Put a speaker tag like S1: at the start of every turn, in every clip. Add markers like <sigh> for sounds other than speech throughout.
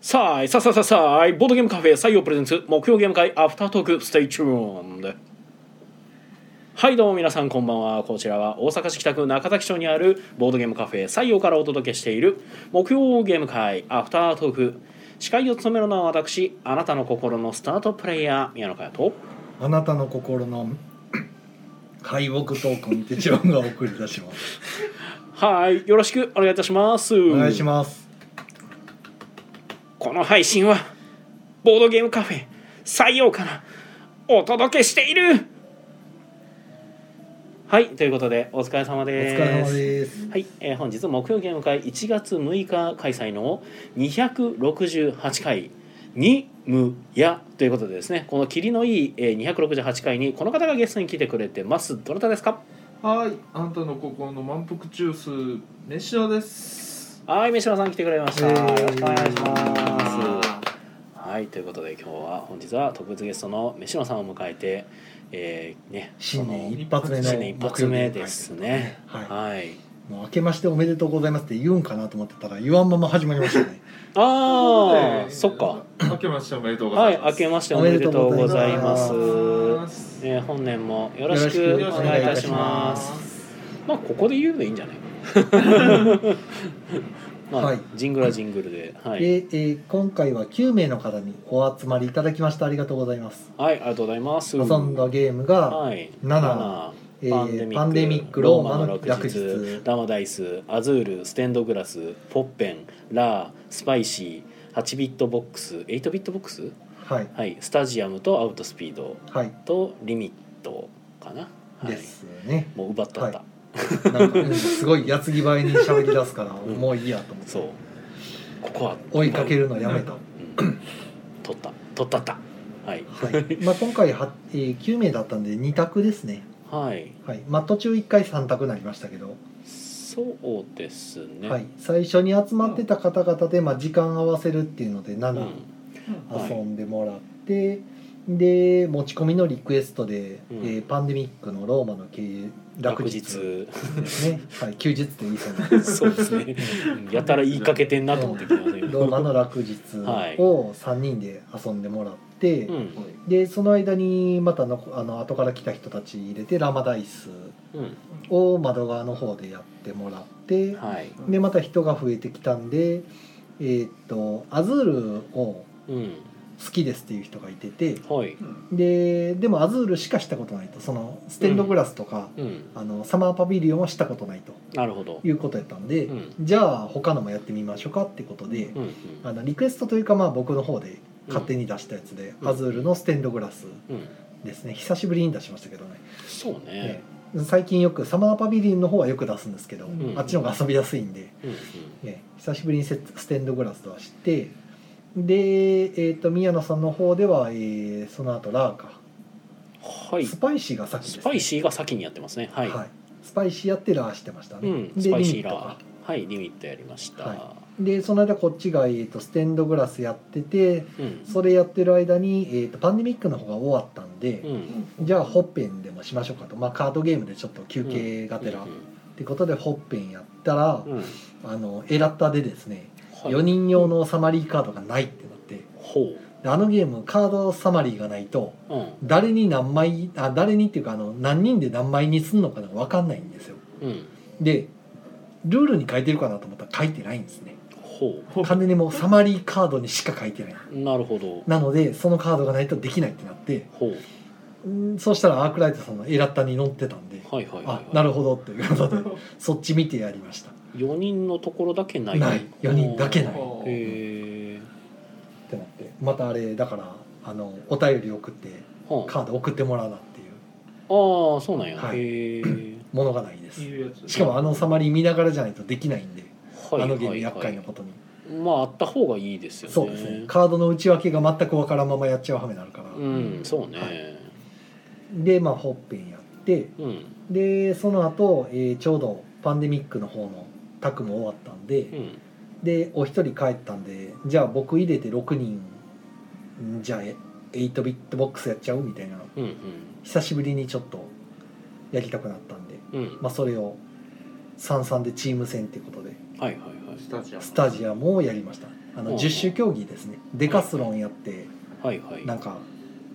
S1: さあ、さあさあさあさあ、ボードゲームカフェ採用プレゼンツ、目標ゲーム会アフタートーク、ステイチューンで。はい、どうも皆さん、こんばんは。こちらは大阪市北区中崎町にあるボードゲームカフェ採用からお届けしている、目標ゲーム会アフタートーク。司会を務めるのは私、あなたの心のスタートプレイヤー、宮野佳代と。
S2: あなたの心の敗北トークンテチロンが送り出します。
S1: はい、よろしくお願いいたします。
S2: お願いします。
S1: この配信はボードゲームカフェ採用からお届けしているはいということでお疲れ様
S2: お
S1: です
S2: 疲れ様です。
S1: はい、えー本日木曜ゲーム会1月6日開催の268回にむやということでですねこの霧のいいえー268回にこの方がゲストに来てくれてますどなたですか
S3: はい、あんたの心の満腹ジュース、飯田です。
S1: はい飯野さん来てくれました、
S2: えー
S1: よろしくお願いします
S3: あ
S1: はいということで今日は本日は特別ゲストの飯野さんを迎えて、えーね、
S2: 新年
S1: その
S2: 一発目の
S1: 新年一発目ですね
S2: はい
S1: はい、
S2: もう明けましておめでとうございますって言うんかなと思ってたら言わんまま始まりましたね。
S1: ああそっか。
S3: 明けましておめでとうござ
S1: はいい
S3: ま
S1: 明
S3: す。
S1: けましておめでとうございます
S2: おめで
S3: す
S1: えー本年もよろしく
S2: よ
S1: お
S2: ろしく
S1: 願
S2: お願
S1: い
S2: い
S1: い
S2: い
S1: た
S2: た
S1: し
S2: し
S1: ま
S2: ます
S3: す。
S1: まあここで言うのいいんじゃない
S2: <laughs>
S1: まあ、
S2: はい
S1: ジングルはジングルではい、
S2: で、えー今回は9名の方にお集まりいただきましてありがとうございます。
S1: はいありがとうございます
S2: 遊んだゲームが、
S1: はい
S2: 7えー
S1: パンデミック
S2: パンデミックローマの落日。
S1: ラマダイスアズールステンドグラスポッペンラースパイシー8ビットボックス8ビットボックス
S2: はい
S1: はいスタジアムとアウトスピード
S2: はい
S1: とリミットかな、はい、
S2: ですね。
S1: もう奪ったった、
S2: はなんかうんすごい矢継ぎ早に喋り出すから
S1: ん
S2: もういいやと思って
S1: そうここは
S2: 追いかけるのやめた。
S1: うん取った取ったったはい
S2: はい、まあ今回は、えー、9名だったんで2択ですね、
S1: はい
S2: はいまあ、途中1回3択になりましたけど、
S1: そうですね、
S2: はい、最初に集まってた方々で、まあ、時間合わせるっていうので
S1: うん
S2: 7
S1: はい
S2: 遊んでもらって、で持ち込みのリクエストで、
S1: うん
S2: えーパンデミックのローマの経営
S1: 落
S2: 落
S1: 日
S2: 日ですね、はい、休日って言いそう
S1: <laughs>
S2: な
S1: そうです
S2: <laughs>
S1: ねうんやたら言いかけてんなと思ってきましたけ
S2: ロー
S1: ど
S2: マの落日
S1: はい
S2: を3人で遊んでもらって、
S1: うん
S2: でその間にまたのこあの後から来た人たち入れてラマダイス
S1: うん
S2: を窓側の方でやってもらって、
S1: はい
S2: でまた人が増えてきたんでえーっとアズールを
S1: うん
S2: 好きですっていう人がいてて
S1: はい
S2: ででもアズールしかしたことないとそのステンドグラスとか、
S1: うん
S2: あのサマーパビリオンはしたことないと
S1: なるほど
S2: いうことやったんで、
S1: うん
S2: じゃあ他のもやってみましょうかってことで、
S1: うんうん
S2: あのリクエストというかまあ僕の方で勝手に出したやつで、
S1: うん
S2: アズールのステンドグラス
S1: うん
S2: ですね久しぶりに出しましたけどね
S1: そうね
S2: ね最近よくサマーパビリオンの方はよく出すんですけど、
S3: うん
S2: あっちの方が遊びやすいんで、
S1: うんうん
S2: ね、久しぶりにセットステンドグラス出してで、えー、と宮野さんの方では、えーその後ラーか、
S1: はい
S2: スパイシーが先です、
S1: スパイシーが先にやってますねは
S2: はいいスパイシーやってラーしてましたね、
S1: うん
S2: で
S1: スパイシ
S2: リミ
S1: ー
S2: ット
S1: ラ
S2: か
S1: ーはいリミットやりました
S2: はでその間こっちが、えー、とステンドグラスやってて
S1: うん
S2: それやってる間に、えー、とパンデミックの方が終わったん
S1: う
S2: で、
S1: ん
S2: じゃあホッペンでもしましょうかと、まあ、カードゲームでちょっと休憩がてら、
S1: う
S2: ってことでほっぺんやったら、
S1: んうん
S2: あのエラッタでですね、
S1: はい
S2: 4人用のサマリーカードがないってなって
S1: ほ
S2: であのゲームカードサマリーがないと
S1: ううん
S2: 誰に何枚あ誰にっていうかあの何人で何枚にすんのかな分かんないんですよ
S1: うん
S2: でルールに書いてるかなと思ったら書いてないんですね
S1: ほ
S2: 完全にもうサマリーカードにしか書いてないう
S1: なるほど
S2: なのでそのカードがないとできないってなって
S1: ほう
S2: うんそうしたらアークライトさんのエラッタに乗ってたんで、
S1: はいはいはいはい
S2: あなるほどっていうことでそっち見てやりました
S1: 4人のところだけない
S2: ない4人だけない
S1: ほうへえ
S2: ってなってまたあれだからあのお便り送って
S1: はあ
S2: カード送ってもらうなっていう
S1: ああそうなんや、
S2: はい
S1: へえ
S2: ものがないです
S3: いうやつ
S2: しかもあのサマリー見ながらじゃないとできないんで、
S1: はい
S2: あのゲーム厄
S1: はい
S2: 介
S1: は
S2: なことに、
S1: い、まああった方がいいですよね
S2: そうですねカードの内訳が全くわからんままやっちゃうはめになるから、
S1: うんそうね、
S2: はでまあほっぺんやって
S1: うん
S2: でその後、えーちょうどパンデミックの方のタクも終わったんで、
S1: うん
S2: でお一人帰ったんでじゃあ僕入れて6人んじゃあえ8ビットボックスやっちゃうみたいな
S1: うん
S2: 久しぶりにちょっとやりたくなったんで
S1: うんうん
S2: まあ、それを三々でチーム戦っていうことで
S1: はいはいはい
S3: スタジアム。
S2: スタジアムをやりましたあ
S1: うん
S2: の十種競技ですねデカスロンやって
S1: はいはい
S2: なんか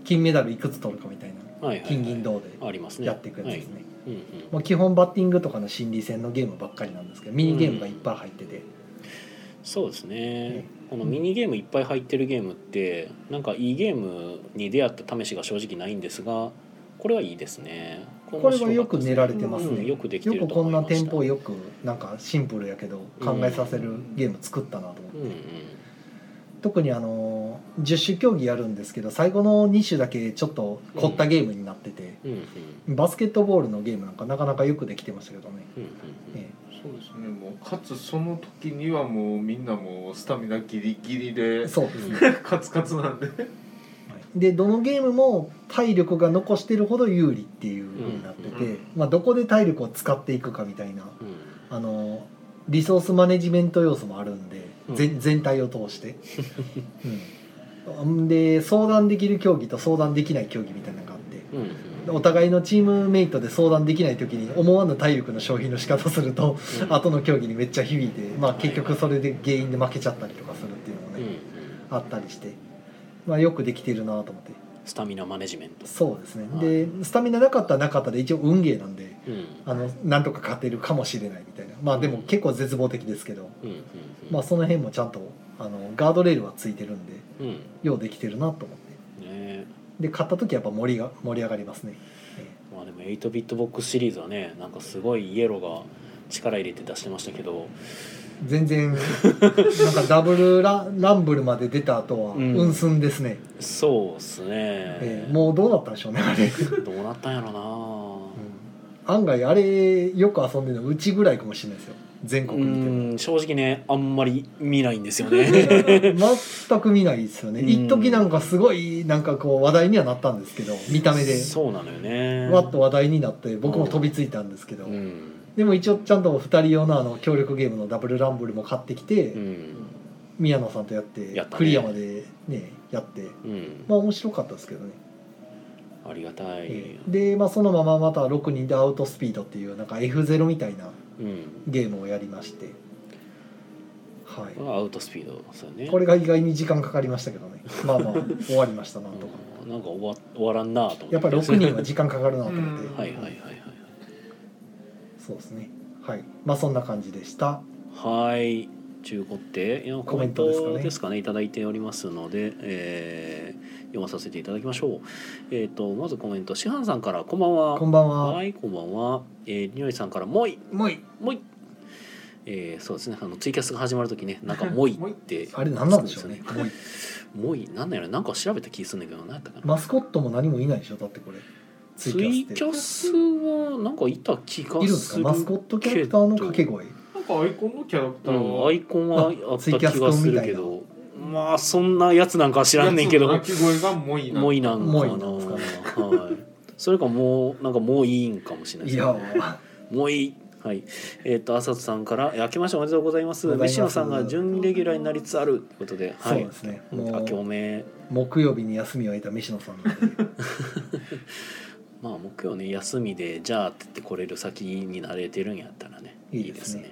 S2: 金メダルいくつ取るかみたいな
S1: はいはいはい
S2: 金銀銅
S1: あります
S2: で
S1: ね
S2: やっていくやつですね、
S1: はいうんうん
S2: もう基本バッティングとかの心理戦のゲームばっかりなんですけどミニゲームがいっぱい入ってて、
S1: そうですね
S2: ね
S1: このミニゲームいっぱい入ってるゲームってなんかいいゲームに出会った試しが正直ないんですがこれはいいですね
S2: これはよく練られてます
S1: う
S2: ね、
S1: んよくできてると
S2: よくこ
S1: 思い
S2: ん
S1: ま
S2: な
S1: した
S2: テンポよくなんかシンプルやけど考えさせるゲーム作ったなと思って、
S1: うんうん
S2: 特にあのー10種競技やるんですけど最後の2種だけちょっと凝ったゲームになってて、
S1: うんうん
S2: バスケットボールのゲームなんかなかなかよくできてましたけどね、
S1: うんうん
S2: え
S3: そうですねもうかつその時にはもうみんなもうスタミナギリギリ
S2: え
S3: <laughs> で
S2: そうですね、
S3: カツカツなんで
S2: はいでどのゲームも体力が残してるほど有利っていう風になってて、
S3: うん
S2: まあ、どこで体力を使っていくかみたいな
S1: うん
S2: あのリソースマネジメント要素もあるん
S1: う
S2: で、
S1: ん
S2: 全全体を通して、うん、で相談できる競技と相談できない競技みたいなのがあって
S1: うんうん
S2: お互いのチームメイトで相談できない時に思わぬ体力の消費の仕方すると、 <laughs>
S1: うん
S2: 後の競技にめっちゃ響いて、まあ、結局それで原因で負けちゃったりとかするっていうのも
S1: うんう
S2: ね、
S1: ん
S2: あったりして、まあ、よくできてるなと思って
S1: スタミナマネジメント
S2: そうですね、
S1: はい
S2: でスタミナなかったらなかったで一応運ゲーなんで
S1: うん
S2: あのなんとか勝てるかもしれないみたいなまあでも結構絶望的ですけど、
S1: うんうん
S2: まあ、その辺もちゃんとあのガードレールはついてるんで
S1: うんうん
S2: ようできてるなと思って
S1: ね
S2: で勝った時やっぱ盛りが盛り上がりますね、え
S1: まあでも8ビットボックスシリーズはねなんかすごいイエローが力入れて出してましたけど
S2: え全然なんかダブルラランブルまで出た後は
S1: うん
S2: うんすんですね、
S1: そうっすね、
S2: ええもうどうなったんでしょうねあれ、
S1: どうなったんやろな、
S2: 案外あれよく遊んでるのうちぐらいかもしれないですよ全
S1: う
S2: 国にいても
S1: ん正直ねあんまり見ないんですよ
S2: <laughs>
S1: ね
S2: 全く見ないですよね
S1: うん
S2: 一時なんかすごいなんかこう話題にはなったんですけど見た目で
S1: そうなのよね
S2: わっと話題になって僕も飛びついたんですけど、
S1: うん
S2: でも一応ちゃんと2人用のあの協力ゲームのダブルランブルも買ってきて、
S1: うん
S2: 宮野さんとやって
S1: やったね
S2: クリアまでねやっ
S1: う
S2: て
S1: ん
S2: まあ面白かったですけどね、
S1: ありがたい、
S2: ええで、まあ、そのまままた6人でアウトスピードっていうなんか F0 みたいな
S1: うん
S2: ゲームをやりましてはい
S1: これはアウトスピードそうよね
S2: これが意外に時間かかりましたけどねまあまあ終わりましたなとか
S1: うんなんか終わ終わらんなと思って
S2: やっぱり6人は時間かかるなと思って、
S3: うん
S1: はいはいはい
S2: そうですねはいまあそんな感じでした
S1: はいはい中古っていやコ
S2: コ
S1: メ
S2: メ
S1: ン
S2: ントですかね
S1: トですかねいただいておりますので、えー読まさせていただきましょうえっ、とまずコメント師範さんからこんばんは
S2: こんばんは、
S1: はい、こんばんは。えー、りのりさんからもうい、
S2: もうい
S1: もうい。えー、そうですね。あのツイキャスが始まるときね、なんかもういって。
S2: あれ何なんでしょうね
S1: そ
S2: <laughs> もうい
S1: もうい、なんだよね、なんか調べた気するんだけど、なんやったかな。
S2: マスコットも何もいないでしょだってこれ
S1: ツイキャスは、なんかいた気が
S2: いるんです
S1: す
S2: か
S1: る。
S2: マスコットキャラクターの掛け声
S3: なんかアイコンのキャラクター
S1: うん、アイコンはあった
S2: ツイ
S1: 気
S2: キャス
S1: が
S2: 君
S1: す
S2: み
S1: る
S2: たい
S1: け
S2: な
S1: ど。まあ、そんなやつなんかは知らんねんけど。
S3: 鳴き声がもういいな
S1: もういなんかな。
S2: もういなんですかね
S1: はい。それかもう、なんかもういいんかもしれないで
S2: い
S1: すね
S2: や
S1: もういい。はい。えっ、と、浅津さんから、え明けましておめでとうございます。
S2: ございます
S1: 西野さんが準レギュラーになりつつあるということで、
S2: そ
S1: は
S2: う
S1: い
S2: で。すねも
S1: 明けお
S2: う
S1: め。
S2: 木曜日に休みを得た飯野さんなので
S1: まあ、木曜ね、休みで、じゃあって言ってこれる先になれてるんやったらね。
S2: いいですね
S1: はい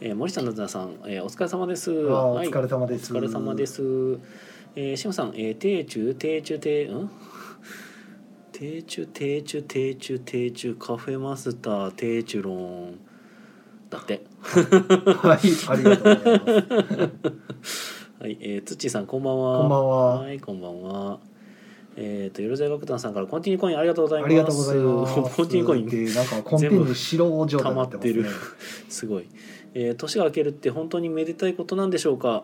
S1: えー森下なずなさん、えーお疲れ様です。
S2: ああお疲れ様
S1: お
S2: です
S1: 疲れ様です。えー、しもさん、えー、定中定中定うん？定中定中定中定中カフェマスター定中ロンだって。
S2: はい <laughs> ありがとうございます
S1: はい、えー、つっちーさん、こんばんは。
S2: こんばんは
S1: はい、こんばんは。えっ、と、よろずや楽団さんから、コンティニューコインありがとうございます。
S2: ありがとうございます
S1: <laughs> コンティニューコイン、
S2: でなんかコンティニュー白状態
S1: 溜ま
S2: にな
S1: っ
S2: ってま
S1: て
S2: す
S1: る
S2: ね。
S1: すごい。えー、年が明けるって、本当にめでたいことなんでしょうか。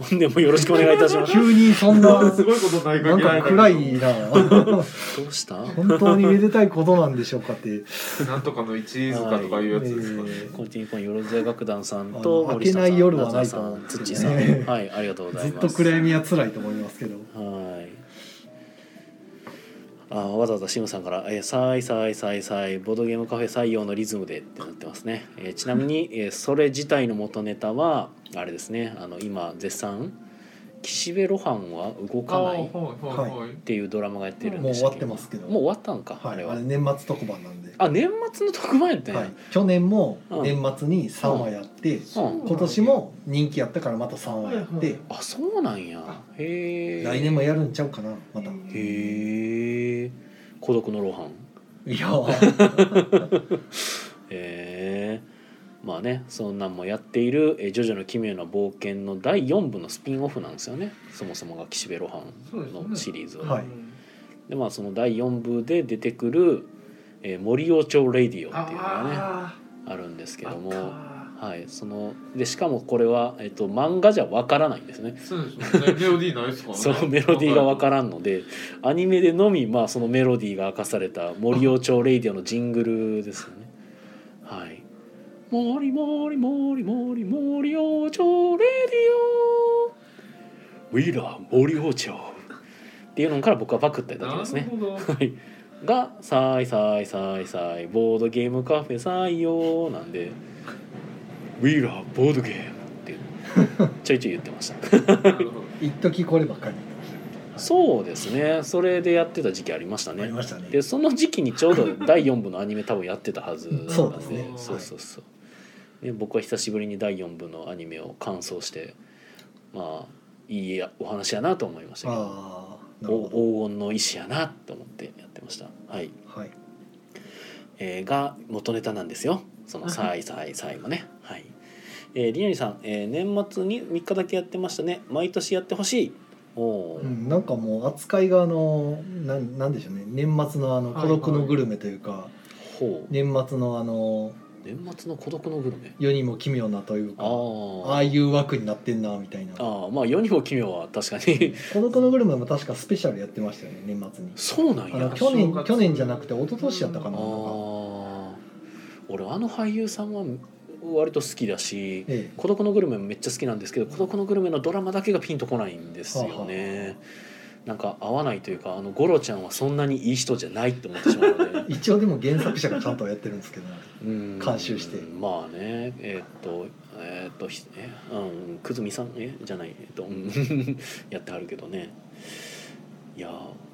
S1: 本年もよろしくお願いいたし
S2: <laughs>
S1: ます。
S2: <laughs> 急にそん
S3: <laughs>
S2: な
S3: すごいことない
S2: なんか暗い <laughs> な
S1: どうした。コン
S2: 本当にめでたいことなんでしょうか <laughs> って
S3: なんとかの一塚とかいうやつですかね、
S2: え
S1: ティニューコイン、よろずや楽団さん
S2: あ
S1: と
S2: の
S1: 森下さん。
S2: 明けない夜はない
S1: 夏
S2: と
S1: 菜さ、
S2: 思うんん
S1: つっ
S2: で
S1: ちー
S2: す
S1: さ
S2: けどね
S1: ん。はい、ありがとうござい
S2: ずっ
S1: ます。
S2: と暗闇は辛いと思いますけど
S1: はい。あわざわざシムさんから「えー、さいさいさいさいボードゲームカフェ採用のリズムで」ってなってますね、えーちなみに、えーそれ自体の元ネタはあれですねあの今絶賛、岸辺露伴は動
S3: あ
S1: か
S3: あ
S1: な
S3: はい
S1: いっ
S3: はいはい
S1: ていうドラマがやってるん
S2: もう
S1: でした
S2: 終わ
S1: っ
S2: っ
S1: け
S2: てますけど
S1: もう終わったんか、
S2: は
S1: あ
S2: い、あ
S1: れ
S2: れ
S1: は
S2: 年末特番なんで、
S1: あ年末の特番やったんや、
S2: はい、去年も
S1: うん
S2: 年末に3話やって、
S1: うん
S2: 今年も人気やったからまた3話やって、
S1: あそうなんやへえ
S2: 来年もやるんちゃうかなまた
S1: へえ孤独の露伴
S2: いやー
S1: へえまあねそんなんもやっている「えージョジョの奇妙な冒険」の第4部のスピンオフなんですよねそもそもが岸辺露
S3: そうですね
S1: 伴のシリーズは
S2: はい
S1: でまあその第4部で出てくる「えー森王朝レディオ」っていうのがねあ
S3: あ
S1: るんです
S3: ー
S1: けど
S3: あ
S1: も。はい、そのでしかもこれは、えっと、漫画じゃわからないんですね
S3: ったそうですよねメロディーないですからね
S1: そのメロディーがわからんのでアニメでのみ、まあ、そのメロディーが明かされた「森王朝レイディオ」のジングルですよね。はい「森森森森森王朝レイディオ」「ウィラー森王朝」っていうのから僕はパクっただけです
S3: なる
S1: ね。
S3: ほど
S1: はいが「さいさいさいさいボードゲームカフェ採用」なん
S3: <laughs>
S1: で「ウィラーボードゲーム」ってちょいちょい言ってました。
S3: なるほど
S2: 一時こればっかり
S1: そうですねそれでやってた時期ありました
S2: あり
S1: ね
S2: ましたね
S1: でその時期にちょうど第4部のアニメ多分やってたはずなんで
S2: そうですね
S1: そうそうそう、ね、僕は久しぶりに第4部のアニメを完走してまあいいお話やなと思いましたけど
S2: ああなるほど
S1: お黄金の意志やなと思ってやってましたはい、
S2: はい
S1: えーが元ネタなんですよその「さいさいさい」もねはいえー、りなりさん、えー年末に3日だけやってましたね毎年やってほしいおおー、
S2: うん、なんかもう扱いがあのなんなんでしょうね年末のあの
S3: はい
S2: 孤独のグルメというか、
S1: ほう
S2: 年末のあの
S1: 年末の孤独のグルメ
S2: 世にも奇妙なというかあ
S1: あ
S2: あ
S1: ー
S2: いう枠になってんなみたいな孤
S1: あーまあ世にも奇妙は確かに <laughs>
S2: 独のグルメも確かスペシャルやってましたよね年末に
S1: そうなん
S2: あ
S1: や
S2: の
S1: あ
S2: 去
S3: 正
S2: 年
S3: 月
S2: 去年じゃなくて一昨年やったか
S1: あ
S2: ななんか
S1: ー俺あの俳優さんは割と好きだし
S2: え
S1: 「孤独のグルメ」もめっちゃ好きなんですけど「孤独のグルメ」のドラマだけがピンとこないんですよねなんか合わないというかあのゴロちゃんはそんなにいい人じゃないって思ってしまうので
S2: え一応でも原作者がちゃんとやってるんですけどね
S1: うん
S2: 監修して
S1: まあねえーっとえーっとひえうん久住さんえじゃないえっとうん <laughs> やってはるけどねいやー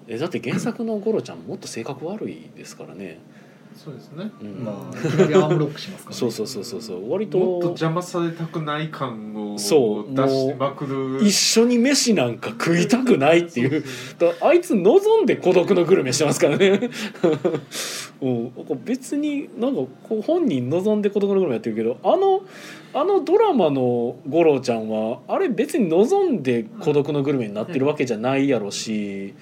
S1: えだって原作のゴロちゃんもっと性格悪いですからね、
S3: <laughs> そうですね
S1: うん
S2: まあいきなりアームロックしますから、ね、
S1: そうそうそうそうそう割と
S3: もっと邪魔されたくない感を出
S1: そう
S3: してまくる
S1: 一緒に飯なんか食いたくないっていうだからあいつ望んで孤独のグルメしてますからね <laughs> うん、なんか別になんかこう本人望んで孤独のグルメやってるけどあのあのドラマの五郎ちゃんはあれ別に望んで孤独のグルメになってるわけじゃないやろし、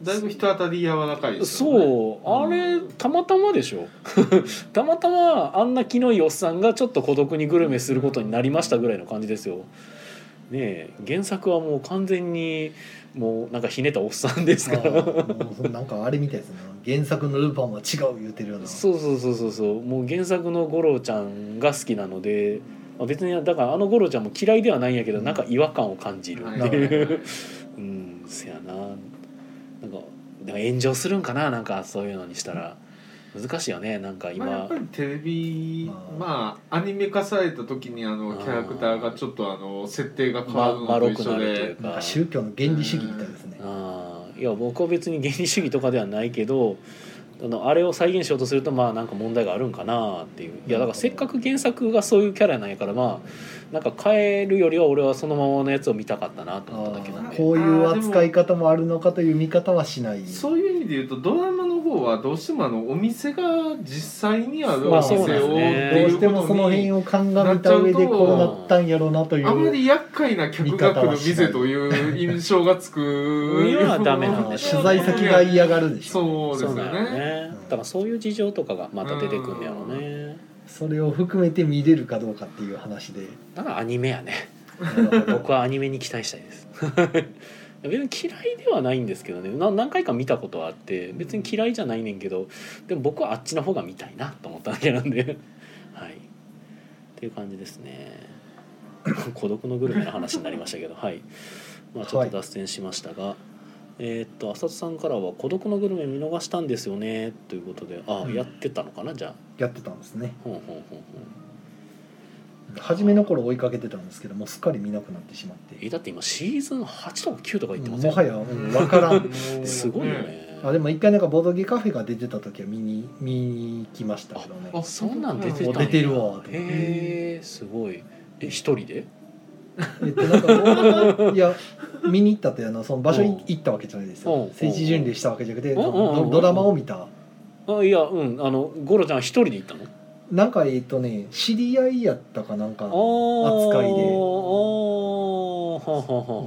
S3: だいぶ人当たり柔らかいですよね
S1: そうあれ
S3: うん
S1: たまたまでしょ <laughs> たまたまあんな気のいいおっさんがちょっと孤独にグルメすることになりましたぐらいの感じですよ。ねえ原作はもう完全にもうなんかひねったおっさんですか
S2: あ
S1: ら。
S2: ーもうなんかあれみたいですね原作のルパンは違う言うてるような
S1: そうそうそうそうそうもう原作の五郎ちゃんが好きなので、まあ、別にだからあの五郎ちゃんも嫌いではないんやけど、
S2: うん
S1: なんか違和感を感じる
S3: は
S1: っ
S3: い
S1: ていう、うんせやななんかなんか炎上するんかななんかそういうのにしたら難しいよねなんか今、
S3: まあ、やっぱりテレビ
S2: ま
S3: まあアニメ化された時にあ
S1: あ
S3: の
S1: ー
S3: キャラクターがちょっとあの設定が変
S1: ま
S3: わる
S1: まろ
S3: の
S1: く
S3: と一
S1: な
S3: 緒
S1: るという
S3: で
S1: か。
S2: なんか宗教の原理主義みたいですね
S1: あーいや僕は別に原理主義とかではないけどあのあれを再現しようとするとまあなんか問題があるんかなっていういやだからせっかく原作がそういうキャラなんやからまあなんか変えるよりは俺はそのままのやつを見たかったなと思っただけなん
S2: あー
S1: で
S2: こういう扱い方もあるのかという見方はしない
S3: そういう意味で言うとドラマの方はどうしてもあのお店が実際にある
S1: ま
S3: お
S1: あ
S3: 店
S1: そ
S3: を
S1: うですね
S3: って
S2: どう
S3: い
S2: しても
S3: うこ
S2: その
S3: と
S2: 辺
S3: に
S2: を鑑みた上でこうなったんやろうなという
S3: あまり厄介な客が来る店という印象がつく
S1: 見方はしないはダメなんでしょ
S2: 取材先が嫌がるでしょ
S3: そうですよ
S1: なんや
S3: ね
S1: ねだからそういう事情とかがまた出てくるんやろうね
S2: それを含めて見れるかどうかっていう話で
S1: だからアニメやね <laughs> 僕はアニメに期待したいです <laughs> 別に嫌いではないんですけどねな何回か見たことはあって別に嫌いじゃないねんけどでも僕はあっちの方が見たいなと思っただけなんで <laughs> はいっていう感じですね <laughs> 孤独のグルメの話になりましたけどはいまあちょっと脱線しましたが、えーっと浅田さんからは「孤独のグルメ見逃したんですよね」ということでああ、
S2: うん
S1: やってたのかなじゃあ
S2: やってたんですね
S1: ほんほんほんほん
S2: 初めの頃追いかけてたんですけどもうすっかり見なくなってしまって
S1: えだって今シーズン8とか9とか言ってま
S2: も
S1: せん
S2: はや分からん
S1: すごいよね、
S2: あでも一回なんかボードゲカフェが出てた時は見に見に来ましたけどね
S3: あ
S1: そんなん出てた
S2: お
S1: んや
S2: 出てるわと思って
S1: へえすごいえ一人で
S2: えっとなんかボードいや <laughs> 見に行ったってあのその場所
S1: うん
S2: に行ったわけじゃないです
S1: う
S2: よ
S1: ん
S2: 聖地巡礼したわけじゃなくて
S1: うんうんうん
S2: ドドラマを見た
S1: あいやうんあのゴロちゃん一人で行ったの
S2: なんかえっとね知り合いやったかなんか扱い
S1: あー
S2: で
S1: ははは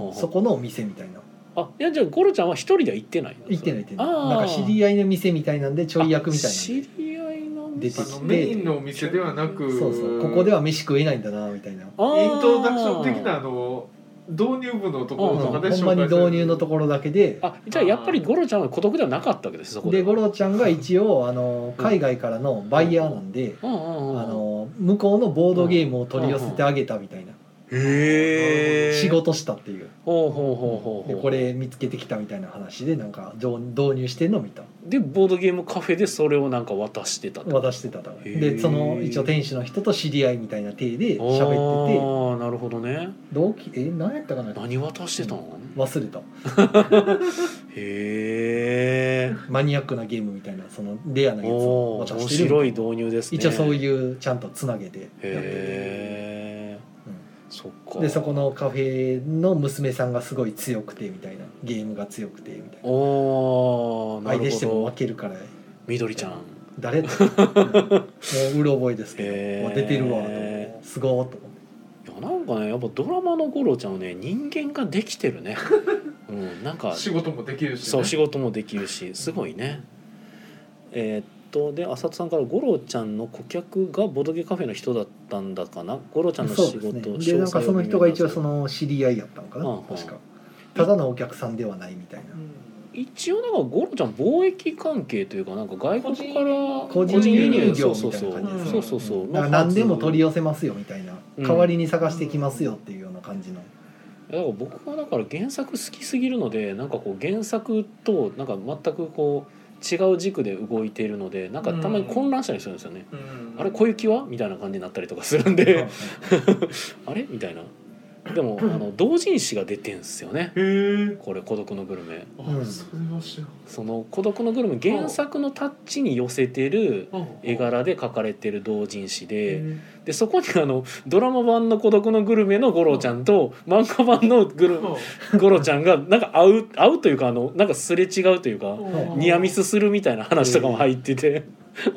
S1: は
S2: そこのお店みたいな
S1: あいやじゃあゴロちゃんは一人では行ってないの
S2: 行ってない行ってない
S1: あー
S2: なんか知り合いの店みたいなんでちょい役みた
S1: あ
S2: いなん
S1: 知
S2: で
S1: り合いの
S2: 出て
S3: あ
S2: き
S3: の
S2: て
S3: メインのお店ではなく
S2: そうそうここでは飯食えないんだなみたいな
S1: あー
S3: イントロダクション的なあの導入部のとこ
S2: うん
S3: ろと
S2: ほ
S3: か
S2: ん
S3: で紹介
S2: まに導入のと
S3: こ
S2: ころだけで
S1: あじゃあやっぱりゴロちゃんは孤独ではなかったわけですそこで
S2: で五郎ちゃんが一応あの海外からのバイヤーなんで
S1: うんうん
S2: あ
S1: うん
S2: の向こうのボードゲームを取り寄せてあげたみたいな
S1: へえ
S2: 仕事したっていう
S1: ほうほうほうほう
S2: で
S1: ほう
S2: これ見つけてきたみたいな話でなんか導導入してんの見た
S1: でボードゲームカフェでそれをなんか渡してたって
S2: 渡してただから
S1: へー
S2: でその一応店主の人と知り合いみたいな体で喋ってて
S1: ああなるほどね
S2: 同期え何やったかな
S1: 何渡してたの
S2: 忘れた
S1: へえ
S2: マニアックなゲームみたいなそのレアなやつを
S1: おー
S2: 渡
S1: 面
S2: してる
S1: 白い導入ですね
S2: 一応そう
S1: へ
S2: いうちゃんとつなげてやってる、
S1: えそっ
S2: う
S1: か
S2: んでそこのカフェの娘さんがすごい強くてみたいなゲームが強くてみたいな
S1: おーな
S2: 相手
S1: る
S2: して
S1: ほ
S2: も
S1: ど
S2: 負けるから
S1: みどりちゃん
S2: 誰やったかなうんもううろ覚えですけど、
S1: へー
S2: もう出てるわと思ってすごーっと思っ
S1: い
S2: て
S1: やなんかねやっぱドラマのゴロちゃんはね人間ができてるね
S2: <laughs>
S1: うんなんか
S3: 仕事もできるし、ね、
S1: そう仕事もできるしすごいねえーっとで浅田さんから五郎ちゃんの顧客がボドゲカフェの人だったんだかな五郎ちゃんの
S2: そ
S1: 仕
S2: うです
S1: 事
S2: ね
S1: 詳
S2: でなん
S1: 細
S2: か
S1: を
S2: その人が一応そ
S1: 見
S2: の知り合いやったのかな、
S1: うんうん
S2: 確かただのお客さんではないみたいな
S3: う
S1: ます一応なんか五郎ちゃん貿易関係というかなんか外国から
S2: 個人
S3: 輸入
S2: 業
S1: そうそう
S2: みたいな感
S3: じですね
S1: そうそうそう
S2: なんか何でも取り寄せますよみたいな、
S1: うん
S2: 代わりに探してきますよっていうような感じの、
S1: だから僕はだから原作好きすぎるのでなんかこう原作となんか全くこう違う軸で動いているのでなんかたまに混乱したりするんですよね、
S3: ん
S1: あれ小雪はみたいな感じになったりとかするんであれみたいなでもあの同人誌が出てんすよね
S3: へえ
S1: これ「孤独のグルメ
S3: あ、
S2: うん
S3: それは知らん」
S1: その「孤独のグルメ」原作のタッチに寄せてる絵柄で描かれてる同人誌で、
S3: うん
S1: でそこにあのドラマ版の「孤独のグルメ」の五郎ちゃんと漫画版のグ
S2: <laughs>
S1: ルゴロちゃんがなんか合う合うというかあのなんかすれ違うというか
S2: うん
S1: ニアミスするみたいな話とかも入ってて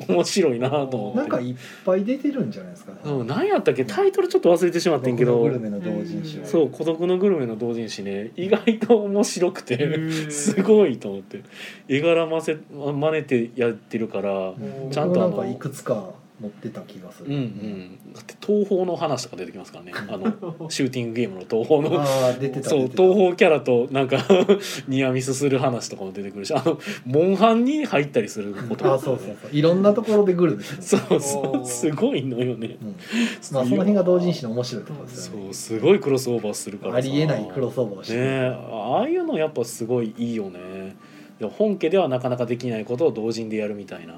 S1: 面白いなと
S2: な
S1: 思
S2: ん
S1: っ
S2: か
S1: て。
S2: いっぱい出てるんじゃないですか、
S1: うん、何やったっけタイトルちょっと忘れてしまってんけ
S2: 僕
S1: ど
S2: のグルメの同人誌
S3: う
S2: は
S3: ん
S1: そう「孤独のグルメ」の同人誌ね意外と面白くてす
S3: い
S1: ごいと思って絵柄ませ真似てやってるから
S2: うん
S1: ちゃんとあの
S2: 僕もなんかいくつか持ってた気がす
S1: う
S2: る、
S1: んうんだって東宝の話とか出てきますからねあのシューティングゲームの東宝の
S2: ああ出てた
S1: そう
S2: 出てた
S1: 東宝キャラとなんか <laughs> ニアミスする話とかも出てくるしあのモンハンに入ったりすること
S2: あーそうそうそういろんなところでグルメする
S1: そうそうすごいのよね
S2: うん、まあその辺が同人誌の面白いところですよね
S1: そうすごいクロスオーバーするからさ
S2: ありえないクロスオーバーをして
S1: ね
S2: る
S1: えああいうのやっぱすごいいいよねでも本家ではなかなかできないことを同人でやるみたいな、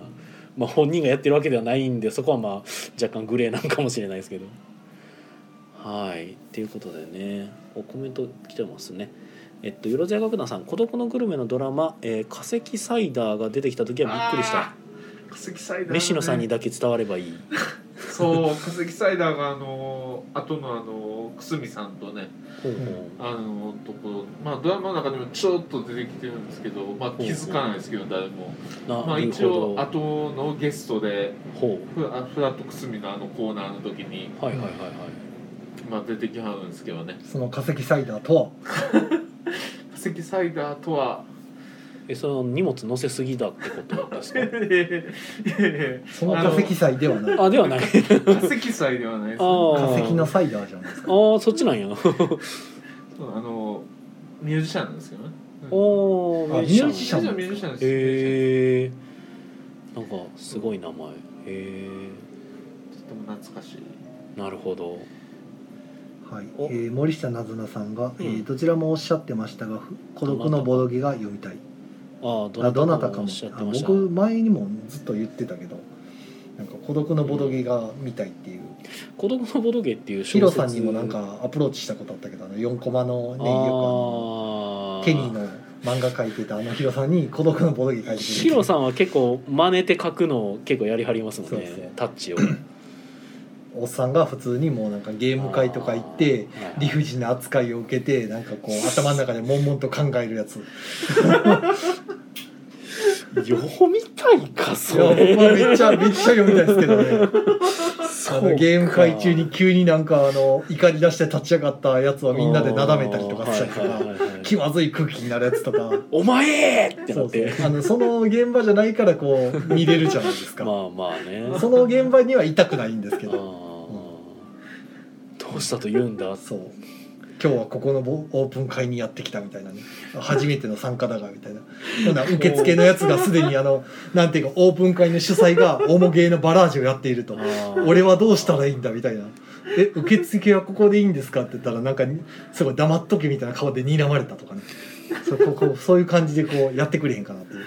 S1: まあ、本人がやってるわけではないんでそこはまあ若干グレーなんかもしれないですけどはいっていうことでねおコメント来てますねえっとよろずや楽団さん「孤独のグルメ」のドラマ、えー化石サイダー」が出てきた時はびっくりした
S3: 化石サイダー、ね、
S1: 飯野さんにだけ伝わればいい
S3: そう化石サイダーがあの後のあの久住さんとね
S1: ほう
S3: あのとこまあドラマの中でもちょっと出てきてるんですけど、まあ、気づかないですけど誰も、
S1: ほう
S3: ま
S1: な
S3: あ、
S1: る
S3: 一
S1: ほど
S3: 応後のゲストで
S1: ほ
S3: ふあフラット久住のあのコーナーの時に、
S1: うはいはいはいはい
S3: まあ、出てきはるんですけどね
S2: その化石サイダーとは
S3: 化石サイダー
S2: <laughs>
S3: とは
S1: えその荷物載せすぎだってことですか
S3: いやいやいやい
S2: その化石祭ではない
S1: あではない
S3: や化石祭ではないですね
S1: あ
S2: 化石のサイダーじゃないですか
S1: ああそっちなんや
S3: そうあのミュージシャンなんですけどねうん
S1: お
S2: あ
S1: ー
S2: ミュージシャン
S3: ミュージシャンです
S1: へえなんかすごい名前へえ
S3: とても懐かしい
S1: なるほど
S2: はい
S1: お
S2: えー森下なずなさんが、えー
S1: うん
S2: どちらもおっしゃってましたがふ孤独のボドゲが読みたい
S1: ああ
S2: あどなたか
S1: おっ
S2: も
S1: しゃって
S2: あ
S1: ました
S2: 僕前にもずっと言ってたけどなんか孤独のボドゲが見たいっていう
S1: 孤独のボドゲっていう
S2: ヒロさんにもなんかアプローチしたことあったけどあの4コマ
S1: あ
S2: のねよくあ
S1: あ
S2: のケニーの漫画描いてたあのヒロさんに孤独のボドゲ描いてて
S1: ヒロさんは結構真似て書くのを結構やりはりますもんね
S2: そうそう
S1: タッ
S2: <clears throat>
S1: チを
S2: おっさんが普通にもうなんかゲーム会とか行って
S1: あーはい
S2: 理不尽な扱いを受けてなんかこう頭の中で悶々と考えるやつ
S1: よう見たいか
S2: い
S1: そ
S2: や
S1: れ
S2: 僕はめっちゃめっちゃ読みたいですけどね
S1: そ
S2: あ
S1: うか
S2: のゲーム会中に急になんかあの怒り出して立ち上がったやつをみんなでなだめたりとかしたりと
S1: あーはい
S2: か
S1: はいはいはい
S2: 気まずい空気になるやつとか
S1: お前ってな
S2: そ
S1: っ
S2: うそう
S1: て
S2: あのその現場じゃないからこう見れるじゃないですか、
S1: <laughs> まあまあね
S2: その現場には痛くないんですけ
S1: あー
S2: ど
S1: どうしたと言うんだ
S2: そう今日はここのボオープン会にやってきたみたいなね初めての参加だがみたいなほな受付のやつがすでにあのなんていうかオープン会の主催が重芸のバラージュをやっていると
S1: あー
S2: 俺はどうしたらいいんだみたいな「え受付はここでいいんですか?」って言ったらなんかすごい黙っとけみたいな顔で睨まれたとかねそうここそういう感じでこうやってくれへんかなっていう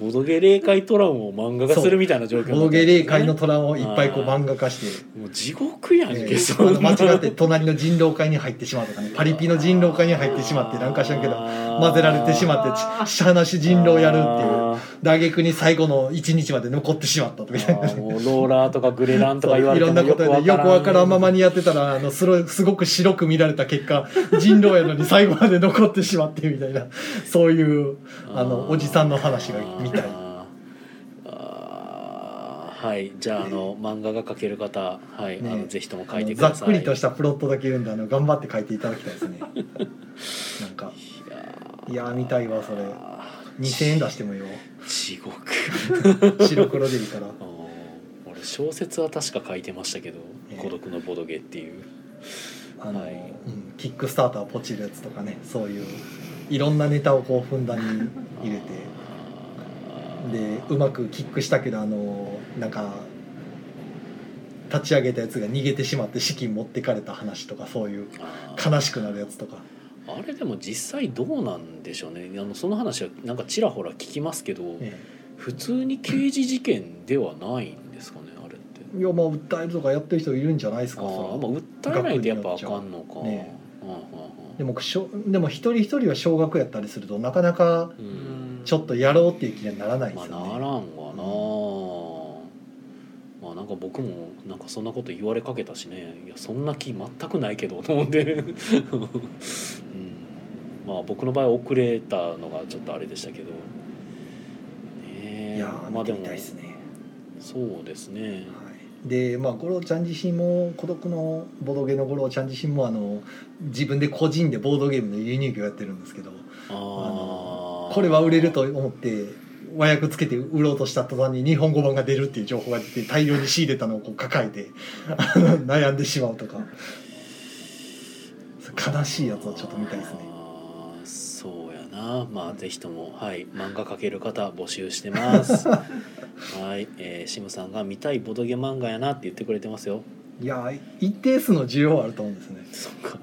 S1: ボドゲ霊界トラウマを漫画化するみたいな状況になって
S2: ボ
S1: ま
S2: ー
S1: すね
S2: ゲ霊界の虎をいっぱいこう漫画化して。
S1: もう地獄やん
S2: え
S1: け、
S2: ー
S1: そんな
S2: あの間違って隣の人狼会に入ってしまうとかねパリピの人狼会に入ってしまってなんか知らんけど混ぜられてしまってち下なし人狼やるっていう打撃に最後の1日まで残ってしまったとか
S1: み
S2: み
S1: た
S2: た
S1: い
S2: いな
S1: な
S2: ね
S1: もうローラーとかグレランと
S2: そ
S1: か言わ
S2: うい
S1: れて
S2: ろんなことでよくわからんまま
S1: に
S2: にやってたらあのすろすごく白く見られた結果人狼やのに最後まで残ってしまってみたいなそういうあのおじさんの話が見たい
S1: あーあーはいじゃああの漫画が描ける方はい、
S2: ね
S1: あのぜひとも描いてく
S2: ざ
S1: だ
S2: っ
S1: さい
S2: くりとしたプロットだけ言うんであの頑張って書いていただきたいですね <laughs> なんか
S1: いや
S2: いやー見たいわそれ
S1: ー
S2: 2000円出してもよ
S1: 地獄
S2: 白黒でいいから
S1: <laughs> あー俺小説は確か書いてましたけど「
S2: ええ
S1: 孤独のボドゲ」っていう
S2: あの、
S1: はい
S2: うんキックスターターポチるやつとかねそういういろんなネタをこうふんだんに入れて。でうまくキックしたけどあのなんか立ち上げたやつが逃げてしまって資金持ってかれた話とかそういう
S1: あー
S2: 悲しくなるやつとか
S1: あれでも実際どうなんでしょうねあのその話はなんかちらほら聞きますけど、
S2: ね
S1: 普通に刑事事件ではないんですかねあれって
S2: いやまあ訴えるとかやってる人いるんじゃないです
S1: あ
S2: か
S1: ー
S2: そ
S1: まあ訴え
S2: れは
S1: ないとやっぱあかんのか、
S2: ね
S1: うんうん
S2: でもしょでも一人一人は小学やったりするとなかなか
S1: うんうん
S2: ちょっとやろうっていう気にはならないで
S1: まあ
S2: す
S1: な
S2: よね、
S1: らんわな、まあなんか僕もなんかそんなこと言われかけたしねいやそんな気全くないけどと思って、うん、まあ僕の場合遅れたのがちょっとあれでしたけどねえ
S2: いやー
S1: まあ
S2: 見
S1: で
S2: てみ
S1: も
S2: たいですね、
S1: そうですね
S2: はい、でまあ五郎ちゃん自身も孤独のボードゲの五郎ちゃん自身もあの自分で個人でボードゲームの輸入業やってるんですけど
S1: あー
S2: これは売れると思って和訳つけて売ろうとした途端に日本語版が出るっていう情報が出て大量に仕入れたのをこう抱えて <laughs> あの悩んでしまうとか悲しいやつをちょっと見たいですね
S1: あーそうやなまあぜひともはい漫画描ける方募集してます
S2: <laughs>
S1: はい、えー、シムさんが見たいボドゲ漫画やなって言ってくれてますよ
S2: いやー一定数の需要はあると思うんですね
S1: そっか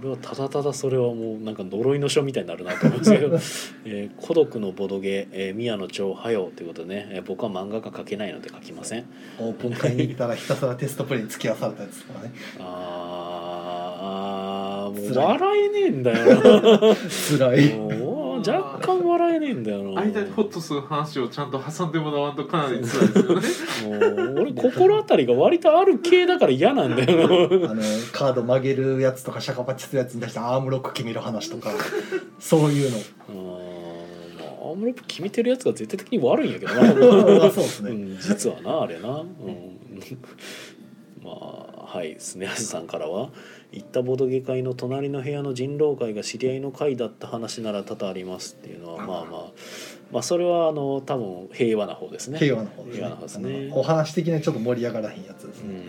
S1: 俺はただただそれはもうなんか呪いの書みたいになるなと思うんですけ
S2: <laughs>
S1: ど「えー孤独のボドゲ、えー宮野長はよ」ということでね、えー僕は漫画が描けないので描きません
S2: オープン会に行ったらひたすらテストプレイに付き合わされたやつとかね
S1: あーあーもう
S2: 辛い
S1: 笑えねえんだ
S2: <laughs>
S1: よ
S2: 辛い
S1: なもう若干笑えねえんだよな
S3: 間にホッとする話をちゃんと挟んでもらわんとかなり辛いですよね。
S1: もう俺心当たりが割とある系だから嫌なんだよな
S2: あのカード曲げるやつとかシャカパチするやつに対してアームロック決める話とかそういうの
S1: あーまあアームロップ決めてるやつが絶対的に悪いんやけど
S2: ま
S1: な
S2: あそうですね、
S1: うん、実はなあれな、うん <laughs> まあはいスネアスさんからは「行ったボドゲ会の隣の部屋の人狼会が知り合いの会だった話なら多々あります」っていうのはまあまあまあそれはあの多分平和な方ですね
S2: 平和の方です
S1: 平
S2: ね
S1: 和の方ですね
S2: あのお話的にはちょっと盛り上がらへんやつです
S1: う
S2: ね、
S1: ん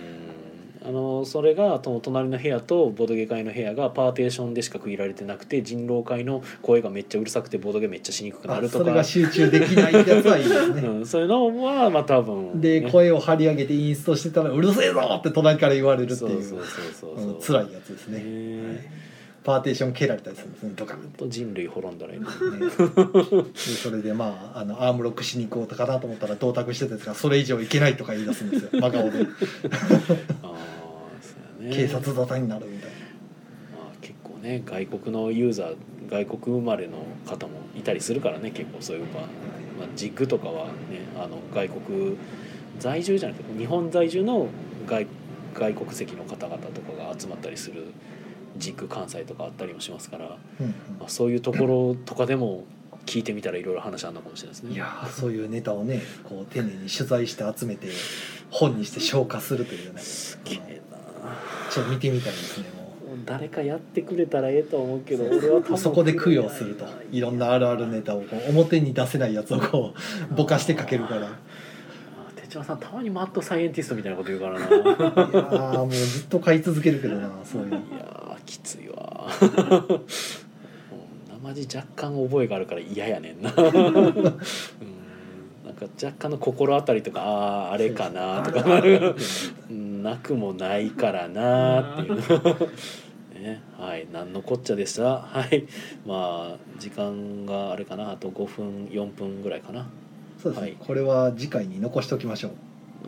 S1: あのそれがと隣の部屋とボドゲ会の部屋がパーテーションでしか区切られてなくて人狼会の声がめっちゃうるさくてボドゲめっちゃしにくくな
S2: あ
S1: ると
S2: そ
S1: か
S2: れが集中できないってやつはいいです
S1: う
S2: ね、
S1: ん、そういうのはまあ多分、
S2: で
S1: ね
S2: 声を張り上げてインストしてたら「うるせえぞ!」って隣から言われるって
S1: そう
S2: いう
S1: そうそうそう
S2: う
S1: そ
S2: ん
S1: う
S2: 辛いやつですね、
S1: ね
S2: パーテーション蹴られたりするんですねドカンって。
S1: と人類滅んだらいい
S2: <laughs>
S1: な
S2: ねでそれでまああのアームロックしに行こうとかなと思ったら到達してたんですがそれ以上いけないとか言い出すんですよ真顔
S1: <laughs>
S2: で
S1: あーそうやね
S2: 警察沙汰になるみたい
S1: まあ、結構ね外国のユーザー外国生まれの方もいたりするからね結構そういう場、ま
S2: な、
S1: あ、ジッグとかはねあの外国在住じゃなくて日本在住の外外国籍の方々とかが集まったりするジッグ関西とかあったりもしますから、まあ、そういうところとかでも聞いてみたらいろいろ話あんのかもしれないです
S2: うん
S1: ね。
S2: いやーそういうネタをねこう丁寧に取材して集めて本にして消化するというね
S1: すげえな
S2: ちょっと見てみたいですねも
S1: 誰かやってくれたらええとは思う
S2: <laughs>
S1: けど俺は多
S2: う
S1: 分
S2: そこで供養するといろんなあるあるネタをこう表に出せないやつをこうぼかしてかけ
S1: <laughs>
S2: るからい
S1: あー手嶋さんたまにマッドサイエンティストみたいなこと言うからな
S2: やーもうずっと買い続けるけどなそういう
S1: いやーきついわ <laughs> 生地若干覚えがあるから嫌やねんな <laughs> うんなんか若干の心当たりとかあああれかなとかなるうんなくもないからなっていう <laughs> ねはい何のこっちゃでしたはいまあ時間があれかなあと5分4分ぐらいかな
S2: そうですね、
S1: はい
S2: これは次回に残しておきましょ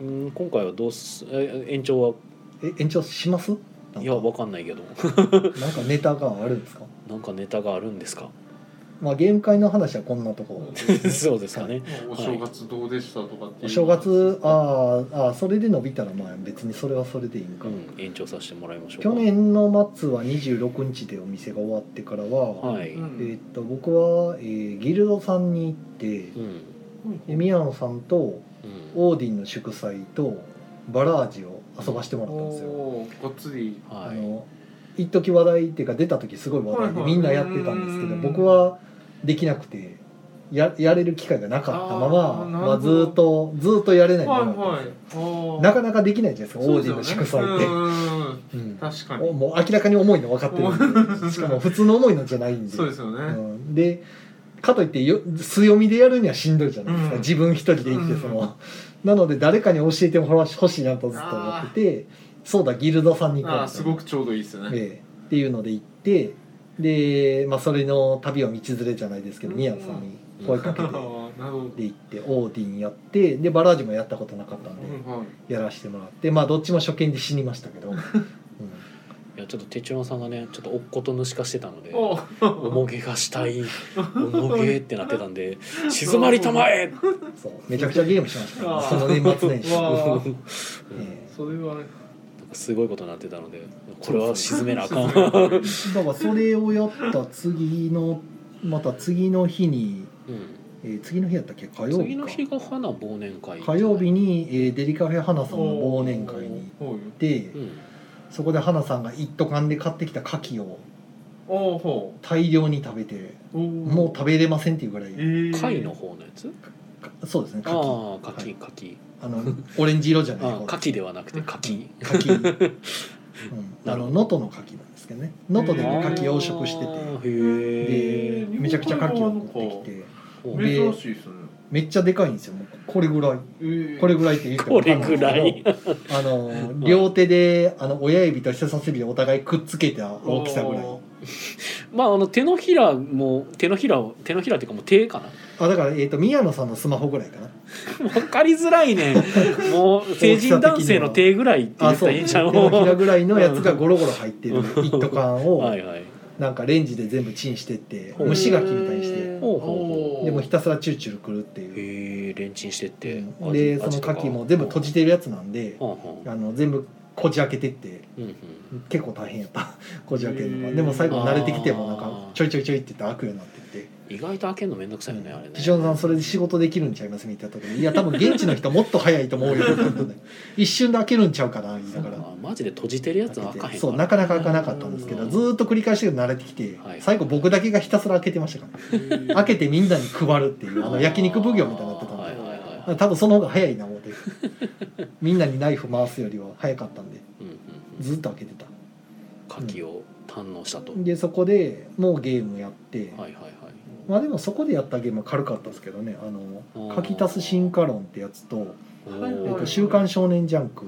S2: う
S1: うん今回はどうすえ延長は
S2: え延長しますなん
S1: いや
S2: か
S1: わかんないけど <laughs>
S2: なんかネタがあるんですか
S1: なんかネタがあるんですか <laughs>
S2: まあゲーム会の話はこんなとこ
S1: そうですかね
S3: お正月どうでしたとかっていう
S2: お正月あーあーそれで伸びたらまあ別にそれはそれでいいんか、
S1: うん、延長させてもらいましょうか
S2: 去年の末は26日でお店が終わってからは、
S1: はい、
S3: う
S1: うん
S2: えー
S3: ん
S2: っと僕は、えーギルドさんに行ってで宮野さんと
S1: うん
S2: オーディンの祝祭とバラージを遊ばしてもらったんですよ、
S3: おーごっつり
S1: は
S2: あ
S1: い、
S2: の一時話題っていうか出た時すごい話題で
S3: はいはい
S2: みんなやってたんですけど
S3: うん
S2: 僕はできなくてややれる機会がなかったまま
S3: あーなる
S2: ま
S3: ほど
S2: あ、ずーっとずーっとやれないままだったんですよ
S3: はいはい
S2: なか
S3: か
S2: なかできないじゃないですかオーディの祝祭っ
S1: う
S2: て、
S1: ん
S3: 確か
S2: お
S3: に
S2: もう明らかに重いの分かってるんでしかも普通の重いのじゃないんで
S3: そうです
S2: う
S3: よね
S2: んでかといってよ強みでやるにはしんどいじゃないですか、
S3: うん
S2: 自分一人で生きてその、なので誰かに教えてもらほしいなとずっと思っててそうだギルドさんに行こう
S3: あー
S2: みたい
S3: す
S2: な
S3: ごくちょうどいいですね
S2: ええっていうので行ってで、まあ、それの旅を道連れじゃないですけど
S3: うん
S2: 宮野さんに声かけて
S3: あーなるほど
S2: で行ってオーディンやってでバラージもやったことなかったんで
S3: うんはい
S2: やらせてもらってまあどっちも初見で死にましたけど、うん
S1: いやちょっと哲郎さんがねちょっとおっことぬしかしてたので
S3: お
S1: 重げがした
S2: <laughs>
S1: い重げってなってたんで「静まりたまえ!
S2: そうめちゃくちゃゲームしましたから
S3: あー
S2: その年末年始、
S3: わあ」
S2: え
S3: それは
S1: なんかすごいことになってたのでこれは沈めなあかん
S2: えだからそれをやった次のまた次の日に、
S1: うん
S2: えー次の日やったっけ火曜日か
S1: 次の日が花忘年会
S2: 火曜日に、えーデリカフェ花さんの忘年会に
S3: おー
S2: 行って、
S1: うん
S2: そこで花さんが一斗缶で買ってきた牡蠣を
S3: おーほ
S2: 大量に食べて
S3: うおー
S2: もう食べれませんっていうぐらい、
S3: えー
S1: 貝の方のやつ
S2: かそうですね牡蠣
S1: ああ柿
S2: は
S1: 柿
S2: あのオレンジ色じゃな
S1: <laughs>
S2: い
S1: ああ
S2: 方
S1: 柿ではなくて柿
S2: 牡
S1: <laughs>
S2: 蠣うんあ
S1: なる
S2: の
S1: ほど
S2: 能登の牡蠣なんですけどね能登で
S3: へ
S2: ね
S3: ー
S2: 牡蠣養殖して
S1: あ
S2: て
S1: あへ
S2: で
S1: え
S3: ー
S2: めちゃくちゃ牡蠣を取ってきて
S1: ほう
S2: で
S3: 珍しいですね
S2: めっちゃでかいんですよもうこれぐらい
S3: えー
S2: これぐらいって言って
S1: こ
S2: も
S1: れぐらい <laughs>
S2: あの両手であの親指と人差し指でお互いくっつけた大きさぐらい
S3: おー
S1: まああの手のひらも手のひらを手のひらっていうかもう手かな <laughs>
S2: あだから、えー、と宮野さんのスマホぐらいかな
S1: わかりづらい
S2: <laughs>
S1: ねんもう成人男性の手ぐらいって言
S2: あ
S1: った
S2: そう
S1: らいい
S2: 手
S1: ん
S2: の
S1: ちゃう
S2: ひら
S1: は
S2: ぐらいのやつがゴロゴロ入ってる一斗缶
S1: い
S2: を
S1: はい
S2: なんかレンジで全部チンしてって
S1: ほう
S2: 蒸し牡蠣みたいにして
S1: ほうほうほう
S2: でもうひたすらチュルチュルくるってい
S1: へ
S2: う
S1: えレンチンしてって
S2: うんでその牡蠣も全部閉じてるやつなんで
S1: はんは
S2: あの全部こじ開けてって
S1: んうん
S2: 結構大変やった <laughs> こじ開けるの
S3: へ
S2: が
S3: ー
S2: でも最後慣れてきてもなん
S1: あ
S2: か
S1: ー
S2: ちょいちょいちょいって言って開くようになってって
S1: うん意外と開けるのめんどくさいよねあれね
S2: 手嶋さんそれで仕事できるんちゃいますみたいな時に「いや多分現地の人もっと早い
S1: <laughs>
S2: と思うよ」みたいなね一瞬で開けるんちゃうかな言いながら
S1: あマジで閉じてるやつは開かへんから
S2: そうなかなか開かなかったんですけど
S1: うん
S2: ずーっと繰り返して慣れてきて
S1: はい
S2: 最後僕だけがひたすら開けてま
S1: <laughs>
S2: したから
S3: えー
S2: 開けてみんなに配るっていうあの焼肉奉行みたいになってたん
S1: はい
S2: で
S1: はいはいはい
S2: あ多分その方が早いな思ってみんなにナイフ回すよりは早かったんで
S1: うんうんうん
S2: ずーっと開けてた
S1: 牡蠣を堪能したと
S2: でそこでもうゲームやって
S1: はいはいはい
S2: まあでもそこでやったゲームは軽かったですけどね「あの
S1: うん
S2: 書き足す進化論」ってやつと「
S1: お
S3: はい
S2: えっ
S1: ー
S2: と週刊少年ジャンク」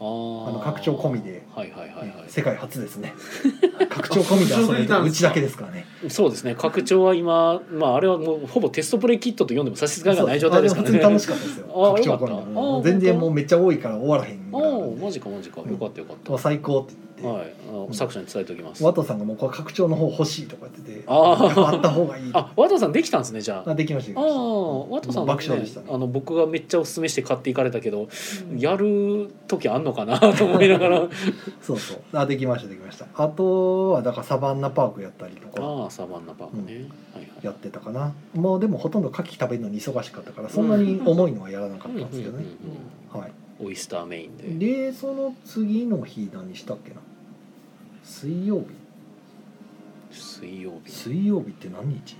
S1: あー
S2: あの拡張込みで
S1: ははいはいはいは
S2: 世界初ですね <laughs> 拡張込みで遊べる
S3: あ
S2: うちだけですからね
S1: いそうですね拡張は今まああれはもうほぼテストプレイキットと読んでも差し支えがない状態ですから
S2: そうあれも
S1: ね
S2: 普通に楽しかったですよ
S1: あ
S2: 拡張
S1: よかった
S2: 込みでも
S1: あ
S2: う全然
S1: 本当
S2: もうめっちゃ多いから終わらへんぐらいな
S1: おお
S2: んで
S1: マジかマジかよかったよかった、
S2: もう最高って言って、
S1: はいあの作者に伝えておきます
S2: ワトさんがもうこれ拡張の方欲しいとか言ってて
S1: あー
S2: やっぱあった方がいい
S1: あワトさんできたんですねじゃあ
S2: あできましたでき
S1: あ
S2: ました
S1: あワトさんの
S2: もう
S1: ね
S2: 爆笑でしたね
S1: あの僕がめっちゃおすすめして買っていかれたけど
S4: うん
S1: やる時あんのかなと思いなが
S2: <laughs>
S1: ら
S2: そうそうあできましたできましたあとはだからサバンナパークやったりとか
S1: ああサバンナパークね、はいはい
S2: やってたかなもうでもほとんど牡蠣食べるのに忙しかったからそんなに重いのはやらなか
S1: うん
S2: っ
S1: う
S2: た
S1: ん
S2: んですけどね、
S1: う
S2: はい
S1: んオイスターメインで
S2: でその次の日何したっけな水曜日
S1: 水曜日
S2: 水曜日って何日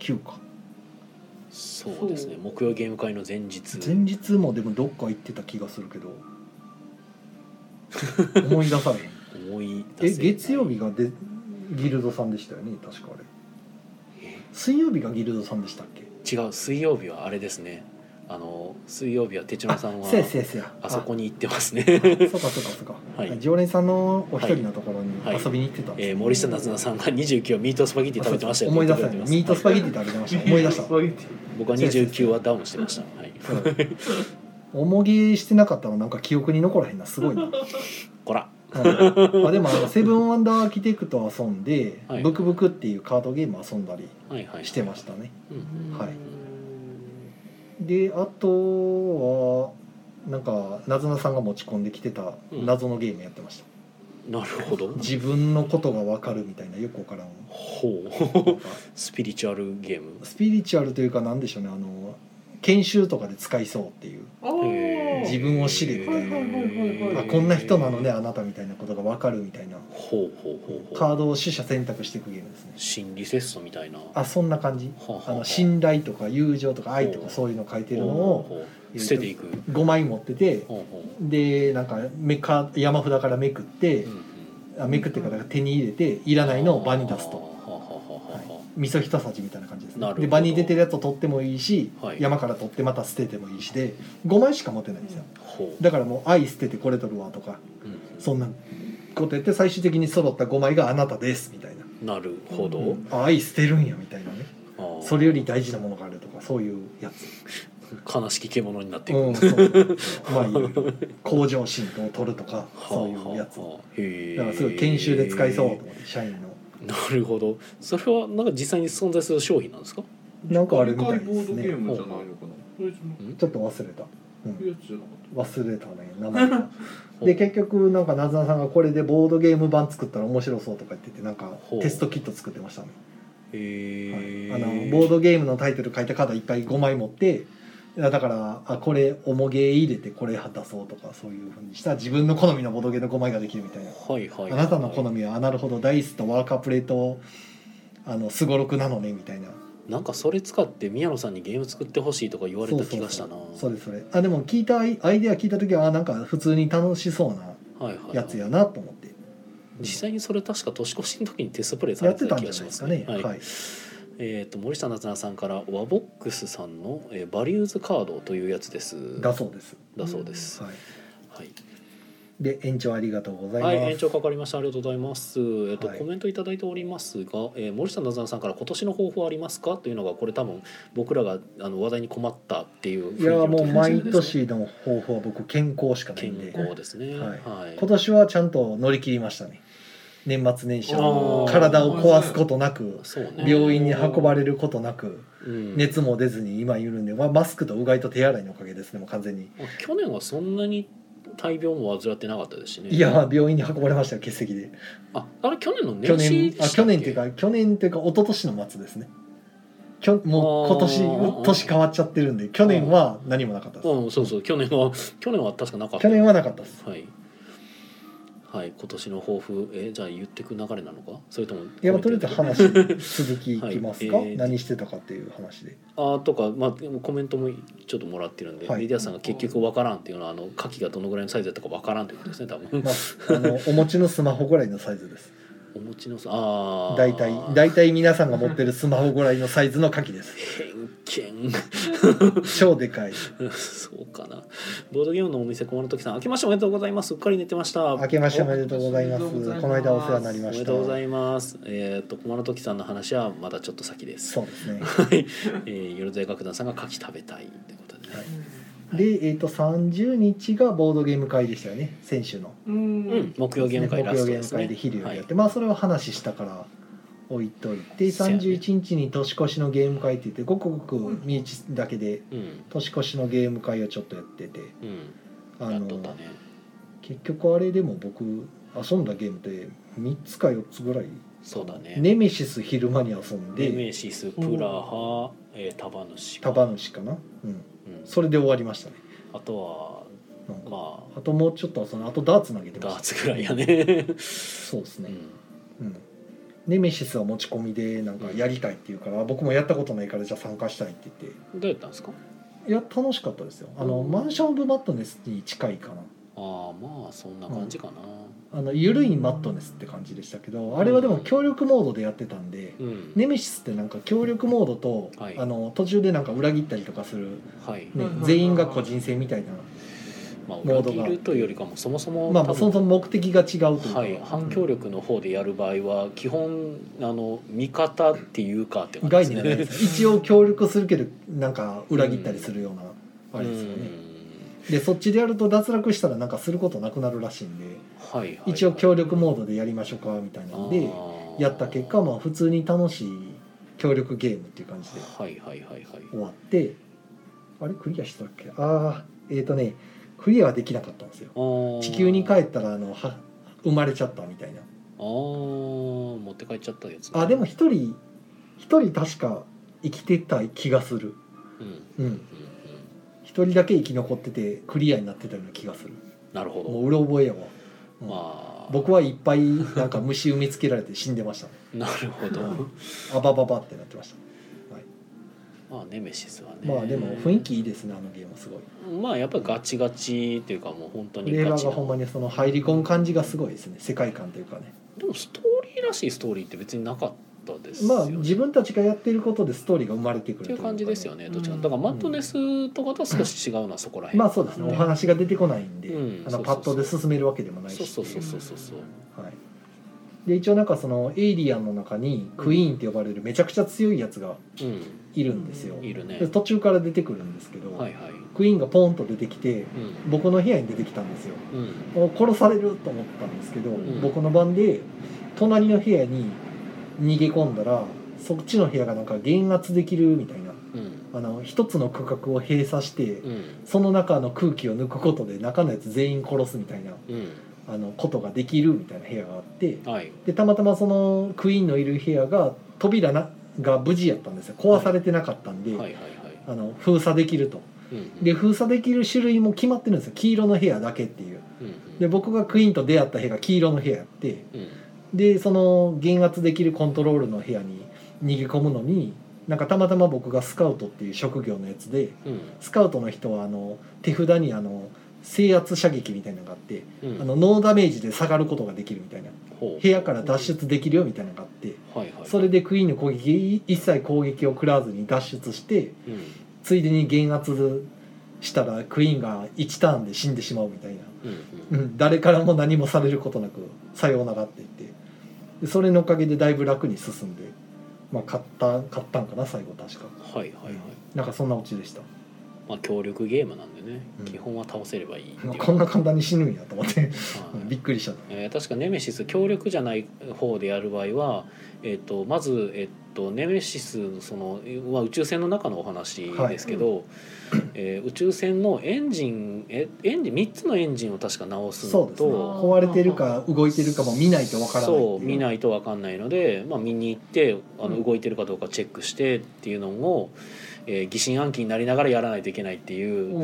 S2: ?29 か
S1: そうですね木曜ゲーム会の前日
S2: 前日もでもどっか行ってた気がするけど思い出されへん
S1: 思い <laughs>
S2: え
S1: 出せない
S2: 月曜日がでギルドさんでしたよね確かあれ
S1: え
S2: 水曜日がギルドさんでしたっけ
S1: 違う水曜日はあれですねあの水曜日は手
S2: あ
S1: 帳さんは
S2: せやせやせや
S1: あそこに行ってます
S2: あそう
S1: ね
S2: かそうかそうか、
S1: はい
S2: 常連さんのお一人のところに
S1: はい
S2: 遊びに行ってたんです
S1: <laughs>
S2: ね、
S1: えー森下夏菜さんが29はミートスパゲッティ食べてましたよ
S2: 思い出した
S1: って
S2: ね
S1: 言ってくれてます
S2: ミートスパゲッティ食べてました思い出し
S1: <laughs>
S2: た
S3: スパゲッティ
S1: 僕は29はダウンしてました。はい。
S2: 重げしてなかったらなんか記憶に残らへんなすごいな、
S1: こら。
S2: うんあでもあのセブンワンダーアーキテクト遊んで、
S1: はい
S2: ブクブクっていうカードゲーム遊んだり
S1: はいはい。
S2: <laughs> してましたね
S1: うん
S2: はいであとはなんかなずなさんが持ち込んできてた
S1: うん
S2: 謎のゲームやってました、
S1: なるほど。
S2: 自分のことが分かるみたいなよくわからん
S1: ほ
S2: な
S1: う。
S2: ん
S1: <laughs>
S2: か
S1: スピリチュアルゲーム。
S2: スピリチュアルというかなんでしょうねあの研修とかで使いそうっていう
S3: あー
S2: 自分を知れみたいな
S3: はいはいはいはいは
S2: あ
S3: い
S2: こんな人なのねあなたみたいなことが分かるみたいな
S1: ほうほうほうほう。
S2: カードを取捨選択していくゲームですね
S1: 心理テストみたいな。は
S2: あそんな感じ
S1: あは
S2: あ
S1: あは
S2: の
S1: あ
S2: 信頼とか友情とか愛と
S1: ほ
S2: か
S1: う
S2: そういうの書いてるのを
S1: ほうほう捨てていく。
S2: 5枚持ってて
S1: ほうほ
S2: でなんかめか山札からめくって
S1: う。うんうん
S2: あめくってから手に入れていらないのを場に出す
S1: は
S2: と。
S1: あはあはあは
S2: 味噌一さじみたいな感じです
S1: なる
S2: ね
S1: ほど
S2: で場に出てるやつを取ってもいいし、
S1: はい
S2: 山から取ってまた捨ててもいいしで5枚しか持てないんですよ
S1: あほう。
S2: だからもう「愛捨ててこれ取るわ」とか
S1: うんうん
S2: そんなことやって最終的に揃った5枚があなたですみたいな
S1: なるほ
S2: 「
S1: ど。
S2: あ愛捨てるんや」みたいなね
S1: あー
S2: それより大事なものがあるとかそういうや
S1: <laughs>
S2: つ
S1: 悲しき獣になっていく。
S2: うんそうま
S1: <laughs>
S2: あいろいろ向上心を取るとかそういうやつ
S1: はあはあはあへえ
S2: だからすごい研修で使いそうと思って社員の
S1: なるほどそれはなんか実際に存在する商品なんですか
S2: なんかあれみたい
S3: ボ
S2: で
S3: ー
S2: す
S3: ドゲー
S2: ね
S3: ムじゃないのかなそういう
S2: ちょっと忘れた、うん、
S3: やつじゃなかっ
S2: 忘れたね名前がで結局なんかなずなさんがこれでボードゲーム版作ったら面白そうとか言っててなんか
S1: ほう
S2: テストキット作ってましたね
S1: へえ、
S2: あのボードゲームのタイトル書いたカードいっぱい5枚持っていやだからあこれ重げ入れてこれ出そうとかそういうふうにしたら自分の好みのボードゲームの5枚ができるみたいな、
S1: はいはいはい、
S2: あなたの好みはあなるほどダイスとワーカープレートあのすごろくなのねみたいな
S1: なんかそれ使って宮野さんにゲーム作ってほしいとか言われた気がしたな
S2: そうですそれあでも聞いたアイアイデア聞いた時はあなんか普通に楽しそうな
S1: はいはいはい
S2: やつやなと思って
S1: 実際にそれ確か年越しの時にテストプレイさ
S2: や
S1: れ
S2: って
S1: て
S2: た
S1: た
S2: ん
S1: 気
S2: じゃ
S1: が
S2: な
S1: し
S2: いで
S1: ますす
S2: か
S1: ね
S2: ねはい、
S1: はいえー、と森下夏菜さんからワボックスさんの、えーバリューズカードというやつです
S2: だそうです、
S1: だそうです、
S2: はい、
S1: はい
S2: で延長ありがとうございま
S1: は
S2: す、
S1: い、延長かかりました。ありがとうございます。えっと、
S2: はい
S1: コメントいただいておりますが、えー森下なずなさんから今年の抱負はありますかというのが、これ多分。僕らが、あの話題に困ったっていう。
S2: いやもう毎
S1: 雰囲気の時
S2: 年の抱負は僕健康しかないん
S1: に
S2: で
S1: 健康ですね。
S2: は
S1: はいい。
S2: 今年はちゃんと乗り切りましたね年末年始
S3: た
S2: は
S1: あー
S2: 体を壊すことなく
S1: そうね。
S2: 病院に運ばれることなく
S1: うん
S2: 熱も出ずに今いるんで、まあ、マスクとうがいと手洗いのおかげですねもう完全に
S1: まあ去年はそんなに。大病も患ってなかったですしね。
S2: いや病院に運ばれましたよ欠席で
S1: あ、あれ去年の
S2: 去
S1: 年始
S2: 年
S1: でした
S2: あ
S1: っけ
S2: 去年っていう。か去年っていうか一昨年の末ですねきょもう今
S1: あー
S2: 年年変わっちゃってるんで去年は何もなかったです
S1: うん、そうそう、去年は、去年は確かなかった。
S2: 去年はなかったです
S1: はい。はい、今年の抱負、えじゃあ言ってく流れなのか、それとも。
S2: いやまあとりあえず話続きいきますか、
S1: はいえー
S2: 何してたかっていう話で
S1: あーとか、まあ、でもコメントもちょっともらってるんで、
S2: はい
S1: メディアさんが結局わからんっていうのはあの牡蠣がどのぐらいのサイズだったかわからんということですね多分 <laughs>
S2: まあ、あのお持ちのスマホぐらいのサイズです。
S1: お持ちのさああ
S2: 大体大体皆さんが持ってるスマホぐらいのサイズの牡蠣です
S1: 偏見
S2: 超でかい
S1: <laughs> そうかなボードゲームのお店小室時さん明けましておめでとうございますうっかり寝てました
S2: 明けましておめでとうございます
S3: おめでとうございます
S2: この間お世話になり
S1: お
S2: ま
S1: め
S2: し
S1: で
S2: た
S1: とうございますえっ、と小室時さんの話はまだちょっと先です
S2: そうですね
S1: はい、えー、よろずや楽団さんが牡蠣食べたいってことでね、
S2: でえっ、と30日がボードゲーム会でしたよね選手の
S3: うん
S1: うん、木曜ゲーム会ラストですね
S2: 木曜ゲーム会で昼夜やっ
S1: は
S2: て、まあそれを話したから置いといて
S1: そうやね
S2: 31日に年越しのゲーム会って言ってごくごく身内だけで
S1: い、うん
S2: 年越しのゲーム会をちょっとやってて
S1: うん
S2: あ
S1: やっと
S2: の
S1: ったね
S2: 結局あれでも僕遊んだゲームって3つか4つぐらい
S1: そうだね
S2: ネメシス昼間に遊ん
S1: ネ
S2: で
S1: メシスプラハ、えー、タバヌシ
S2: タバヌシかな、うん、
S1: うん、
S2: それで終わりましたね
S1: あと
S2: なん
S1: は
S2: か
S1: ま
S2: あともうちょっと遊んであとダーツ投げ
S1: あ
S2: て
S1: ダ
S2: ま
S1: ー
S2: した
S1: ツぐらいやね、
S2: そうです
S1: う
S2: ね、
S1: ん
S2: うん、ネメシスは持ち込みでなんかやりたいっていうから、僕もやったことないからじゃあ参加したいって言っ
S1: どうやったんですか
S2: ていや楽しかったですよあの、
S1: うん
S2: マンション・オブ・マットネスに近いかな
S1: ああまあそんな感じかな
S2: あの緩いマットネスって感じでしたけどあれはでも協力モードでやってたんで、
S1: うん、
S2: ネメシスってなんか協力モードと、
S1: はい
S2: あの途中でなんか裏切ったりとかする、
S1: はい
S2: ね
S3: うんうんうん
S2: 全員が個人戦みたいな、
S1: まあ
S2: モー
S1: 裏
S2: ドが
S1: 切るというよりかもそもそも
S2: まあ、
S1: 多分
S2: そもそも目的が違うというか、
S1: はい、反響力の方でやる場合は基本あの味方っていうかって感
S2: 概
S1: じ
S2: 念
S1: ですね。
S2: がないですね一応協力するけどなんか裏切ったりするような、あれですよね、でそっちでやると脱落したらなんかすることなくなるらしいんで
S1: うんはいはいはい、
S2: 一応協力モードでやりましょうかみたいなんで
S1: あー
S2: やった結果まあ普通に楽しい協力ゲームっていう感じで
S1: はいはいはいはい
S2: 終わってあれクリアしたっけああえっ、とねクリアはできなかったんですよ
S1: あー
S2: 地球に帰
S1: あ
S2: ったらあのは生まれちゃったみたいな
S1: あー持って帰っちゃったやつ、
S2: あでも一人一人確か生きてた気がする
S1: うんうん
S2: うん
S1: うん
S2: 一人だけ生き残っててクリアになってたような気がする
S1: なるほど
S2: もううろ覚えやわ、うん
S1: まあ
S2: 僕はいっぱいなんか虫埋めつけられて死んでました
S1: なるほど
S2: あばばばってなってました
S1: <laughs> まあネメシスはね
S2: まあでも雰囲気いいですねあのゲームすごい
S1: まあやっぱりガチガチっていうかもう本当に
S2: レー
S1: ガ
S2: ラ
S1: チ
S2: ー
S1: な
S2: がほんまにその入り込む感じがすごいですね世界観というかね
S1: でもストーリーらしいストーリーって別になかったですよね
S2: まあ自分たちがやってることでストーリーが生まれてく
S1: っ
S2: る
S1: ていう
S2: か
S1: 感じですよねどっちか
S3: うん
S1: だからマットネスとかとは少し違うのはそこら辺
S2: まあそうですねお話が出てこないんで、
S1: うん
S2: あ
S1: そ
S2: の
S1: うそう
S2: パ
S1: そう
S2: ッドで進めるわけでもないし
S1: そうそうそうそうそうそう
S2: はい、で一応なんかそのエイリアンの中にクイーンって呼ばれるめちゃくちゃ強いやつが
S1: うん
S2: いるんですよ、
S1: いるね
S2: で途中から出てくるんですけど、
S1: はいはい
S2: クイーンがポンと出てきて
S1: うん
S2: 僕の部屋に出てきたんですよ
S1: うん
S2: もう殺されると思ったんですけど、
S1: ん
S2: 僕の番で隣の部屋に逃げ込んだらそっちの部屋がなんか減圧できるみたいな
S1: うん
S2: あの一つの区画を閉鎖して
S1: うん
S2: その中の空気を抜くことで中のやつ全員殺すみたいな
S1: うん
S2: あのことができるみたいな部屋があって
S1: はい
S2: でたまたまそのクイーンのいる部屋が扉なが無事やったんですよ壊されてなかったんで、
S1: はいはいはい
S2: あの封鎖できると
S1: うん
S2: で封鎖できる種類も決まってるんですよ黄色の部屋だけっていう
S1: うん
S2: で僕がクイーンと出会った部屋が黄色の部屋やって
S1: うん
S2: でその減圧できるコントロールの部屋に逃げ込むのになんかたまたま僕がスカウトっていう職業のやつで
S1: うん
S2: スカウトの人はあの手札にあの制圧射撃みたいなのがあって
S1: うん
S2: あのノーダメージで下がることができるみたいな
S1: ほう
S2: 部屋から脱出できるよみたいなのがあって
S1: はいはい
S2: それでクイーンの攻撃一切攻撃を食らわずに脱出して
S1: うん
S2: ついでに減圧したらクイーンが1ターンで死んでしまうみたいな
S1: うんう
S2: うんん、誰からも何もされることなく「さようなら」って言ってでそれのおかげでだいぶ楽に進んで、まあ、買った買ったんかな最後確か
S1: はいはいはい
S2: なんかそんなオチでした、 <laughs>
S1: まあ協力ゲームなんでね
S2: うん
S1: 基本は倒せればいいっていう
S2: まあこんな簡単に死ぬんやと思って
S1: はい
S2: びっくりした
S1: えー確かネメシス協力じゃない方でやる場合は、えっとまず、えっとネメシスのその、まあ、宇宙船の中のお話ですけど、えー宇宙船のエンジンえエンジン3つのエンジンを確か直す
S2: そ
S1: の
S2: うですね
S1: と。
S2: 壊れてるか動いてるかも見ないとわからないって
S1: そう見
S2: い
S1: ないと分かんないので、まあ、見に行ってあ
S3: う
S1: の
S3: ん
S1: 動いてるかどうかチェックしてっていうのを、えー疑心暗鬼になりながらやらないといけないっていう
S3: お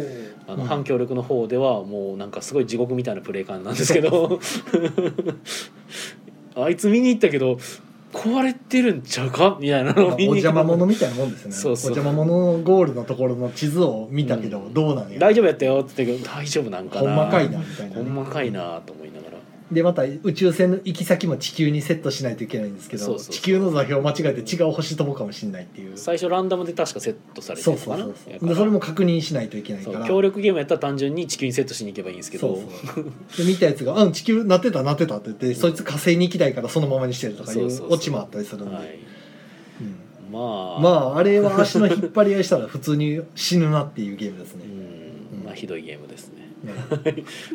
S1: あ
S2: う
S1: の
S2: ん
S1: 反響力の方ではもうなんかすごい地獄みたいなプレイ感なんですけど <laughs> あいつ見に行ったけど壊れてるんちゃうかみたいなの
S2: まあ
S1: を
S2: お
S1: 見に行
S2: 邪
S1: った
S2: 魔者みたいなもんですね
S1: そうそう
S2: お邪魔者のゴールのところの地図を見たけど、
S1: うん
S2: どうなんや
S1: 大丈夫やったよって言ったけど大丈夫なんか
S2: ほ
S1: なん
S2: まかいなみたいな
S1: ほ
S2: ね、
S1: んまかいなと思いながら
S2: でまた宇宙船の行き先も地球にセットしないといけないんですけど
S1: そうそうそう
S2: 地球の座標を間違えて違う星飛ぶかもしれないっていうそ
S1: 最
S2: う
S1: 初ランダムで確かセットされて
S2: そう
S1: るの
S2: そ
S1: かな
S2: う
S1: や
S2: そ
S1: か
S2: う
S1: ら
S2: でそれも確認しないといけない
S1: そ
S2: か
S1: う
S2: ら
S1: 協力ゲームやったら単純に地球にセットしに行けばいいんですけど
S2: そうそうで見たやつが「うん地球なってたなってた」って言って、そいつ火星に行きたいからそのままにしてるとかい
S1: そううそうそう
S2: オチもあったりするんで、
S1: はい、
S2: うん
S1: まあ
S2: まああれは足の引っ張り合いしたら普通に死ぬなっていうゲームです
S1: う
S2: ね、
S1: んまあひどいゲームですね <laughs>
S2: ね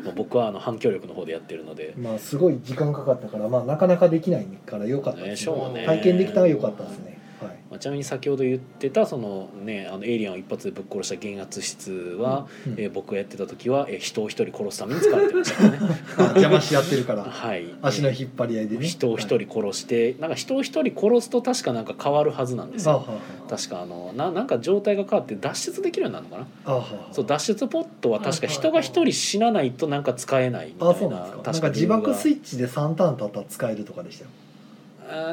S1: まあ僕はあの反響力の方でやってるので
S2: まあすごい時間かかったから、まあ、なかなかできないから良かったです
S1: ねしょ
S3: うもね
S2: 体験できたら良かったですね、はい、
S1: まあ、ちなみに先ほど言ってたそのねあのエイリアンを一発でぶっ殺した減圧室は、
S2: うん
S1: えー僕がやってた時は、えー人を一人殺すために使われてましたから
S2: <laughs>
S1: ね
S2: あ邪魔し合ってるから
S1: はい
S2: 足の引っ張り合いでね
S1: 人を一人殺して、なんか人を一人殺すと確かなんか変わるはずなんです
S2: あは
S1: よ
S2: は
S1: 確かあのななんか状態が変わって脱出できるようになるのかな
S2: あはは
S1: そう脱出ポットは確か人が一人死なないとなんか使えないみた
S2: あそ
S1: いうな
S2: なんですかなん
S1: 確
S2: か
S1: か
S2: 自爆スイ
S1: イ
S2: ッチで3ターンたったら使えるとかでしたよ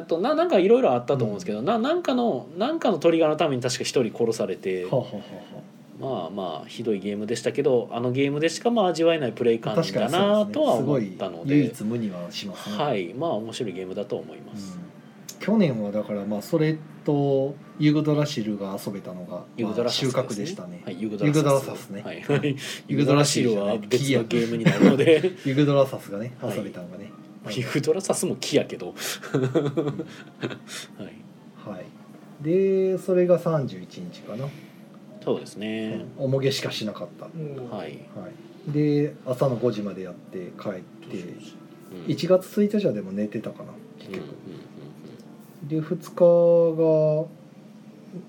S1: とななんかいろいろあったと思うんですけど、ななんかのなんかのトリガーのために確か一人殺されて、
S2: はあはあは
S1: まあまあひどいゲームでしたけどあのゲームでしかまあ味わえないプレイ
S2: あはあ
S1: 感
S2: 確か
S1: だ
S2: にそ
S1: な
S2: うです
S1: とは
S2: ねす
S1: 思
S2: ご
S1: っ
S2: い
S1: たの
S2: 唯
S1: で
S2: 一無二はしますね
S1: はいまあ面白いゲームだと思いま
S2: うん
S1: す、
S2: 去年はだからまあそれとユグドラシルが遊べたのが
S1: ユグド
S2: ま
S1: ラ
S2: あ
S1: サス
S2: 収穫でしたね、
S1: はい、ユグドラサス
S2: ユグドラサスね
S1: はいはい、ユ
S2: <laughs> ユ
S1: グ
S2: グ
S1: ド
S2: ド
S1: ラ
S2: ラ
S1: シ
S2: シ
S1: ル
S2: ル
S1: は
S2: は
S1: 別
S2: キ
S1: の
S2: ヤ
S1: ゲームになるので
S2: ユグドラサスがね
S1: はい
S2: 遊べたのがね、 <laughs> はい
S1: ユグドラサスも木やけど <laughs> はい
S2: はいでそれが31日かな、
S1: そうです
S2: う
S1: ね
S2: ん、重げしかしなかった、
S1: はい、
S2: はい、で朝の5時までやって帰って
S1: うん
S2: 1月1日はでも寝てたかな結
S1: うんうん
S2: 局、
S1: う
S2: で2日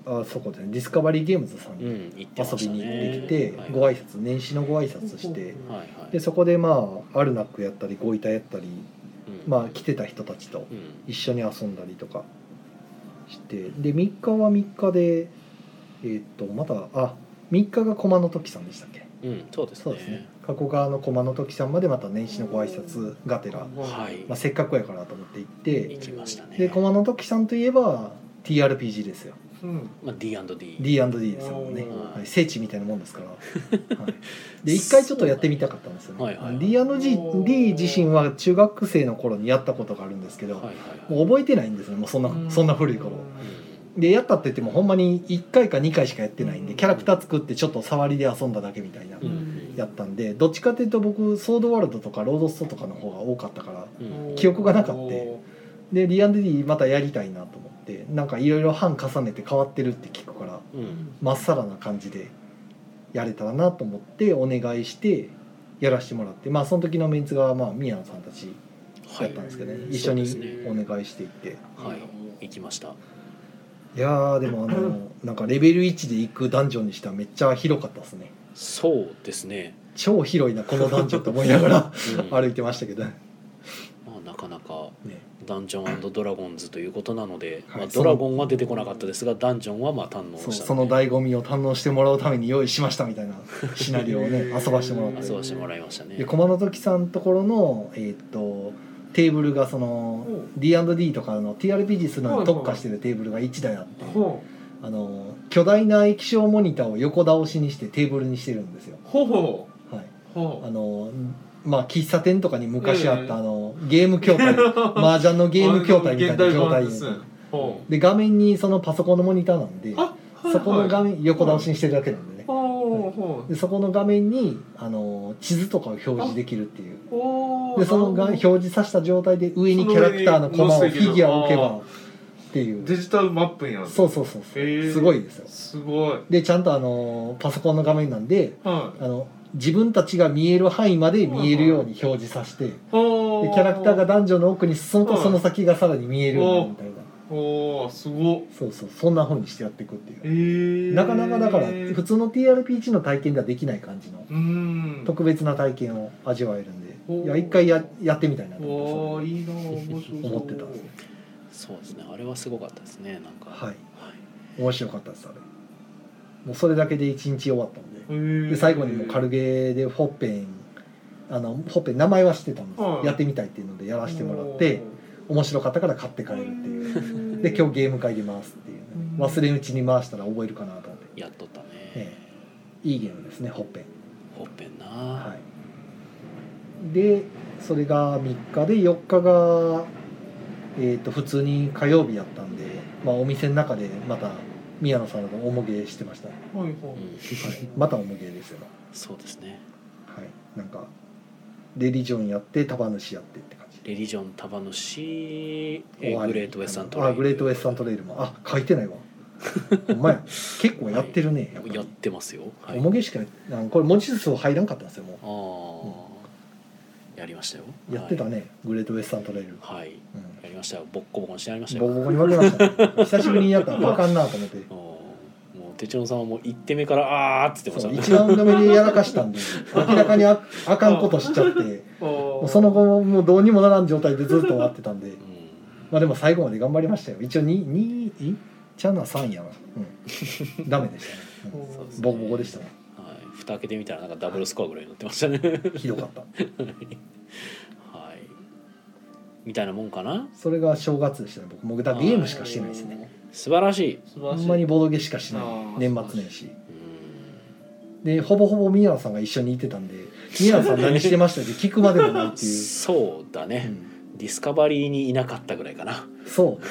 S2: があそこでねディスカバリーゲームズさん
S1: んうんう
S2: に
S1: ん行ってま
S2: 遊
S1: し
S2: び
S1: たね
S2: に行ってきて、
S1: はい
S2: ご挨拶年始のご挨拶して
S1: はいはい
S2: でそこでまあアルナックやったりゴイタやったり、
S1: うん
S2: まあ、来てた人たちと
S1: うん
S2: 一緒に遊んだりとかしてで3日は3日でえーっとまたあ3日が駒の時さんでしたっけ
S1: うんそうですね
S2: そうですね加古川の駒の時さんまでまた年始のご挨拶がてら、
S1: はい
S2: まあ、せっかくやからと思って行って
S1: 行きましたね
S2: で駒の時さんといえば TRPG ですよ
S3: うん
S1: まあ、D&D
S2: D&D ですよね、
S1: うん
S2: はい、聖地みたいなもんですから、はい、で一回ちょっとやってみたかったんですよね、
S1: はいはい
S2: D&D 自身は中学生の頃にやったことがあるんですけど、
S1: はいはいはい
S2: もう覚えてないんですよもうそんな、そんな古い頃
S1: うん
S2: でやったって言ってもほんまに1回か2回しかやってないんで
S3: うん
S2: キャラクター作ってちょっと触りで遊んだだけみたいな、
S1: うん
S2: やったんでどっちかというと僕ソードワールドとかロードストとかの方が多かったから
S1: うん
S2: 記憶がなかったでリアンディまたやりたいなと思ってなんかいろいろ版重ねて変わってるって聞くから
S1: うん
S2: まっさらな感じでやれたらなと思ってお願いしてやらせてもらってまあその時のメンツがまあ宮野さんたち
S1: は
S2: やっ
S1: い
S2: たんですけどね、
S3: はい
S2: 一緒に
S1: そうです
S3: ね
S2: お願いしていって。
S1: はい行きました
S2: いやーでもあのなんかレベル1で行くダンジョンにしてはめっちゃ広かったですね
S1: そうですね、
S2: 超広いなこのダンジョンと思いながら
S1: うん
S2: 歩いてましたけどね
S1: まあ、なかなかダンジ
S2: <clears throat>
S1: ョンドラゴンズということなので、
S2: はい
S1: まあ、ドラゴンは出てこなかったですがダンジョンはまあ堪能した
S2: そ
S1: の
S2: う
S1: で
S2: その醍醐味を堪能してもらうために用意しましたみたいなシナリオを
S1: <laughs>
S2: ね遊ばしてもらっ
S1: あ
S2: て
S1: そうしてもらいましたね
S2: で駒の時さんところのえーっとテーブルがその
S3: うん
S2: D&D とかの TRPG するのに特化してるテーブルが1台あって
S3: ほ
S2: あの巨大な液晶モニターを横倒しにしてテーブルにしてるんですよ
S3: うほうほ
S2: はい。
S3: うほ
S2: あのまあ喫茶店とかに昔あった
S3: うん
S2: あのゲーム筐
S3: <laughs>
S2: 体麻雀のゲーム筐体みたいな状態
S3: 現代版ですほう
S2: で画面にそのパソコンのモニターなんで
S3: あはい
S2: そこの画面横倒しにしてるだけなんでね
S3: ほうほ
S2: でそこの画面にあの地図とかを表示できるっていう
S3: うほう
S2: でそのが
S3: なる
S2: 表
S3: ほど
S2: 示させた状態で上にキャラクターのコマをフ
S3: その上に
S2: ィギュアを置け
S3: あ
S2: ば
S3: ー
S2: っていう
S3: デジタルマップやん
S2: そうそうそうそう、
S3: へー
S2: すごいですよ
S3: すごい
S2: でちゃんとあのパソコンの画面なんで
S3: はい
S2: あの自分たちが見える範囲まで見えるように表示させて、
S3: ほう
S2: でキャラクターがダンジョンの奥に進むとその先がさらに見えるようになるみたいな
S3: ほうすごっ
S2: そうそうそんな風にしてやっていくっていう
S3: え
S2: なかなかだから普通の TRPG の体験ではできない感じの
S3: うん
S2: 特別な体験を味わえる
S3: お
S2: ん
S3: ー
S2: でいや一回ややってみたいなと
S3: お
S2: 思
S3: ー
S2: って
S3: いいな面白そう
S2: 思ってたんです
S1: そうですねあれはすごかったですねなんか
S2: はい面白かったですあれもうそれだけで一日終わったんで
S3: へー
S2: で最後にもう軽ゲーでホッペンあのホッペン名前は知ってたんですよ
S3: はい
S2: やってみたいっていうのでやらせてもらって面白かったから買って帰るっていう
S3: いう
S2: で今日ゲーム会で回すっていうね、
S3: うん
S2: 忘れんうちに回したら覚えるかなと思って
S1: やっとったね、
S2: えいいゲームですねほっぺん
S1: ほっぺんな、
S2: はいでそれが3日で4日が、えー、と普通に火曜日やったんで、まあ、お店の中でまた宮野さんのおもげしてました、はい、
S3: はいはい
S1: うん
S2: またおもげですよ、
S1: そうですね
S2: はい、なんかレリジョンやって束主やってって感じ
S1: レリジョン束主え
S2: 終わ
S1: ー
S2: り
S1: グレートウェスタント
S2: あグレートウェスタントレイルもあ書いてないわほんま
S1: <laughs>
S2: や結構やってるねやっぱり
S1: やってますよはい
S2: おもげしかやあのこれ文字数入らんかったんですよも
S1: ああ、やりましたよ
S2: うやってたね、グレートウェスタントレイル、
S1: はい、はいや
S2: う
S1: りましたよボッコボコにしてやりまし
S2: ん、
S1: た
S2: ボ
S1: よ
S2: コボコに言われました、ね、久しぶりにやったらバカんなと思って
S1: うんもう手帳さんはもう一手目からあーっつってました
S2: そう
S1: ね
S2: 一番目でやらかしたんで明らかにああかんことしちゃってもうその後もうどうにもならん状態でずっと終わってたんで
S1: う
S2: まあでも最後まで頑張りましたよ一応2二いちゃな3やな、 <laughs> うん、ダメでしたね、うん
S1: んそうすね
S2: ボコボコでしたね
S1: はい蓋開けてみたらなんかダブルスコアぐらいになってました
S2: <laughs>
S1: ね
S2: ひどかった
S1: はいみたいなもんかな
S2: それが正月でしたね僕もうだからゲームしかしてないですね
S1: 素晴らしい
S3: 素晴
S2: ほ
S3: らしい
S2: んまにボドゲしかしない
S3: あー
S2: 年末年始
S1: う
S2: でほぼほぼ宮野さんが一緒にいてたんで宮野さん何してました <laughs> って聞くまでもないって
S1: ん
S2: いう、
S1: そうだね、ディスカバリーにいなかったぐらいかな
S2: うんそうで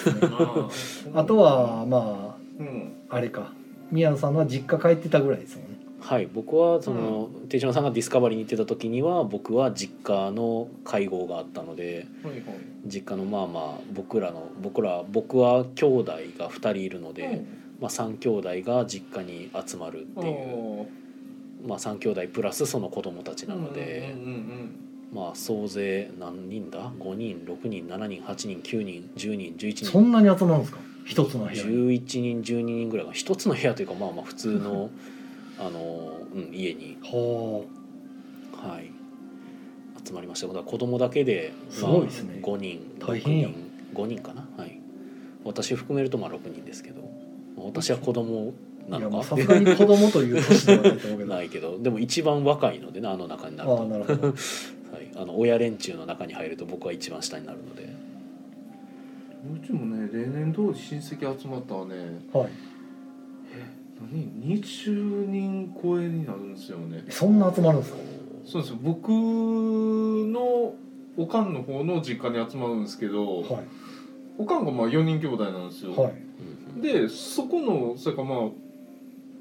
S2: すねあとはま
S3: うん
S2: ああれか宮野さんは実家帰ってたぐらいですもんね
S1: はい僕はその手嶋さんがディスカバリーに行ってた時には僕は実家の会合があったので
S3: はいはい
S1: 実家のまあまあ僕らの僕ら僕は兄弟が2人いるので、まあ、3兄弟が実家に集まるっていう、
S3: おー
S1: まあ、3兄弟プラスその子供たちなので。
S3: うんうん
S1: まあ総勢何人だ5人6人7人8人9人10人11
S2: そ
S1: 人
S2: んなに集まるんですか一つの部屋に
S1: 11人12人ぐらいが一つの部屋というかまあまあ普通のあの、うん、家に、
S2: は
S1: はい、集まりましただから子供だけで、
S2: すごいですね
S1: 5人
S2: 大変や
S1: 6人5人かなはい私含めるとまあ6人ですけど私は子供
S2: あ
S1: ない
S2: や
S1: の
S2: もう
S1: か
S2: さすがに子供という年ではないと思うけど
S1: ないけどでも一番若いのでねあの中になると
S2: ああなるほど
S1: はい、あの親連中の中に入ると僕は一番下になるので。
S3: うんうちもね例年通り親戚集まったらね
S2: はい
S3: え何20人超えになるんですよね
S2: そんな集まるんですか
S3: そうですよ僕のおかんの方の実家に集まるんですけど、
S2: は
S3: おかんがまあ4人兄弟なんですよ、
S2: いはい
S1: うん
S3: でそこのそれかまあ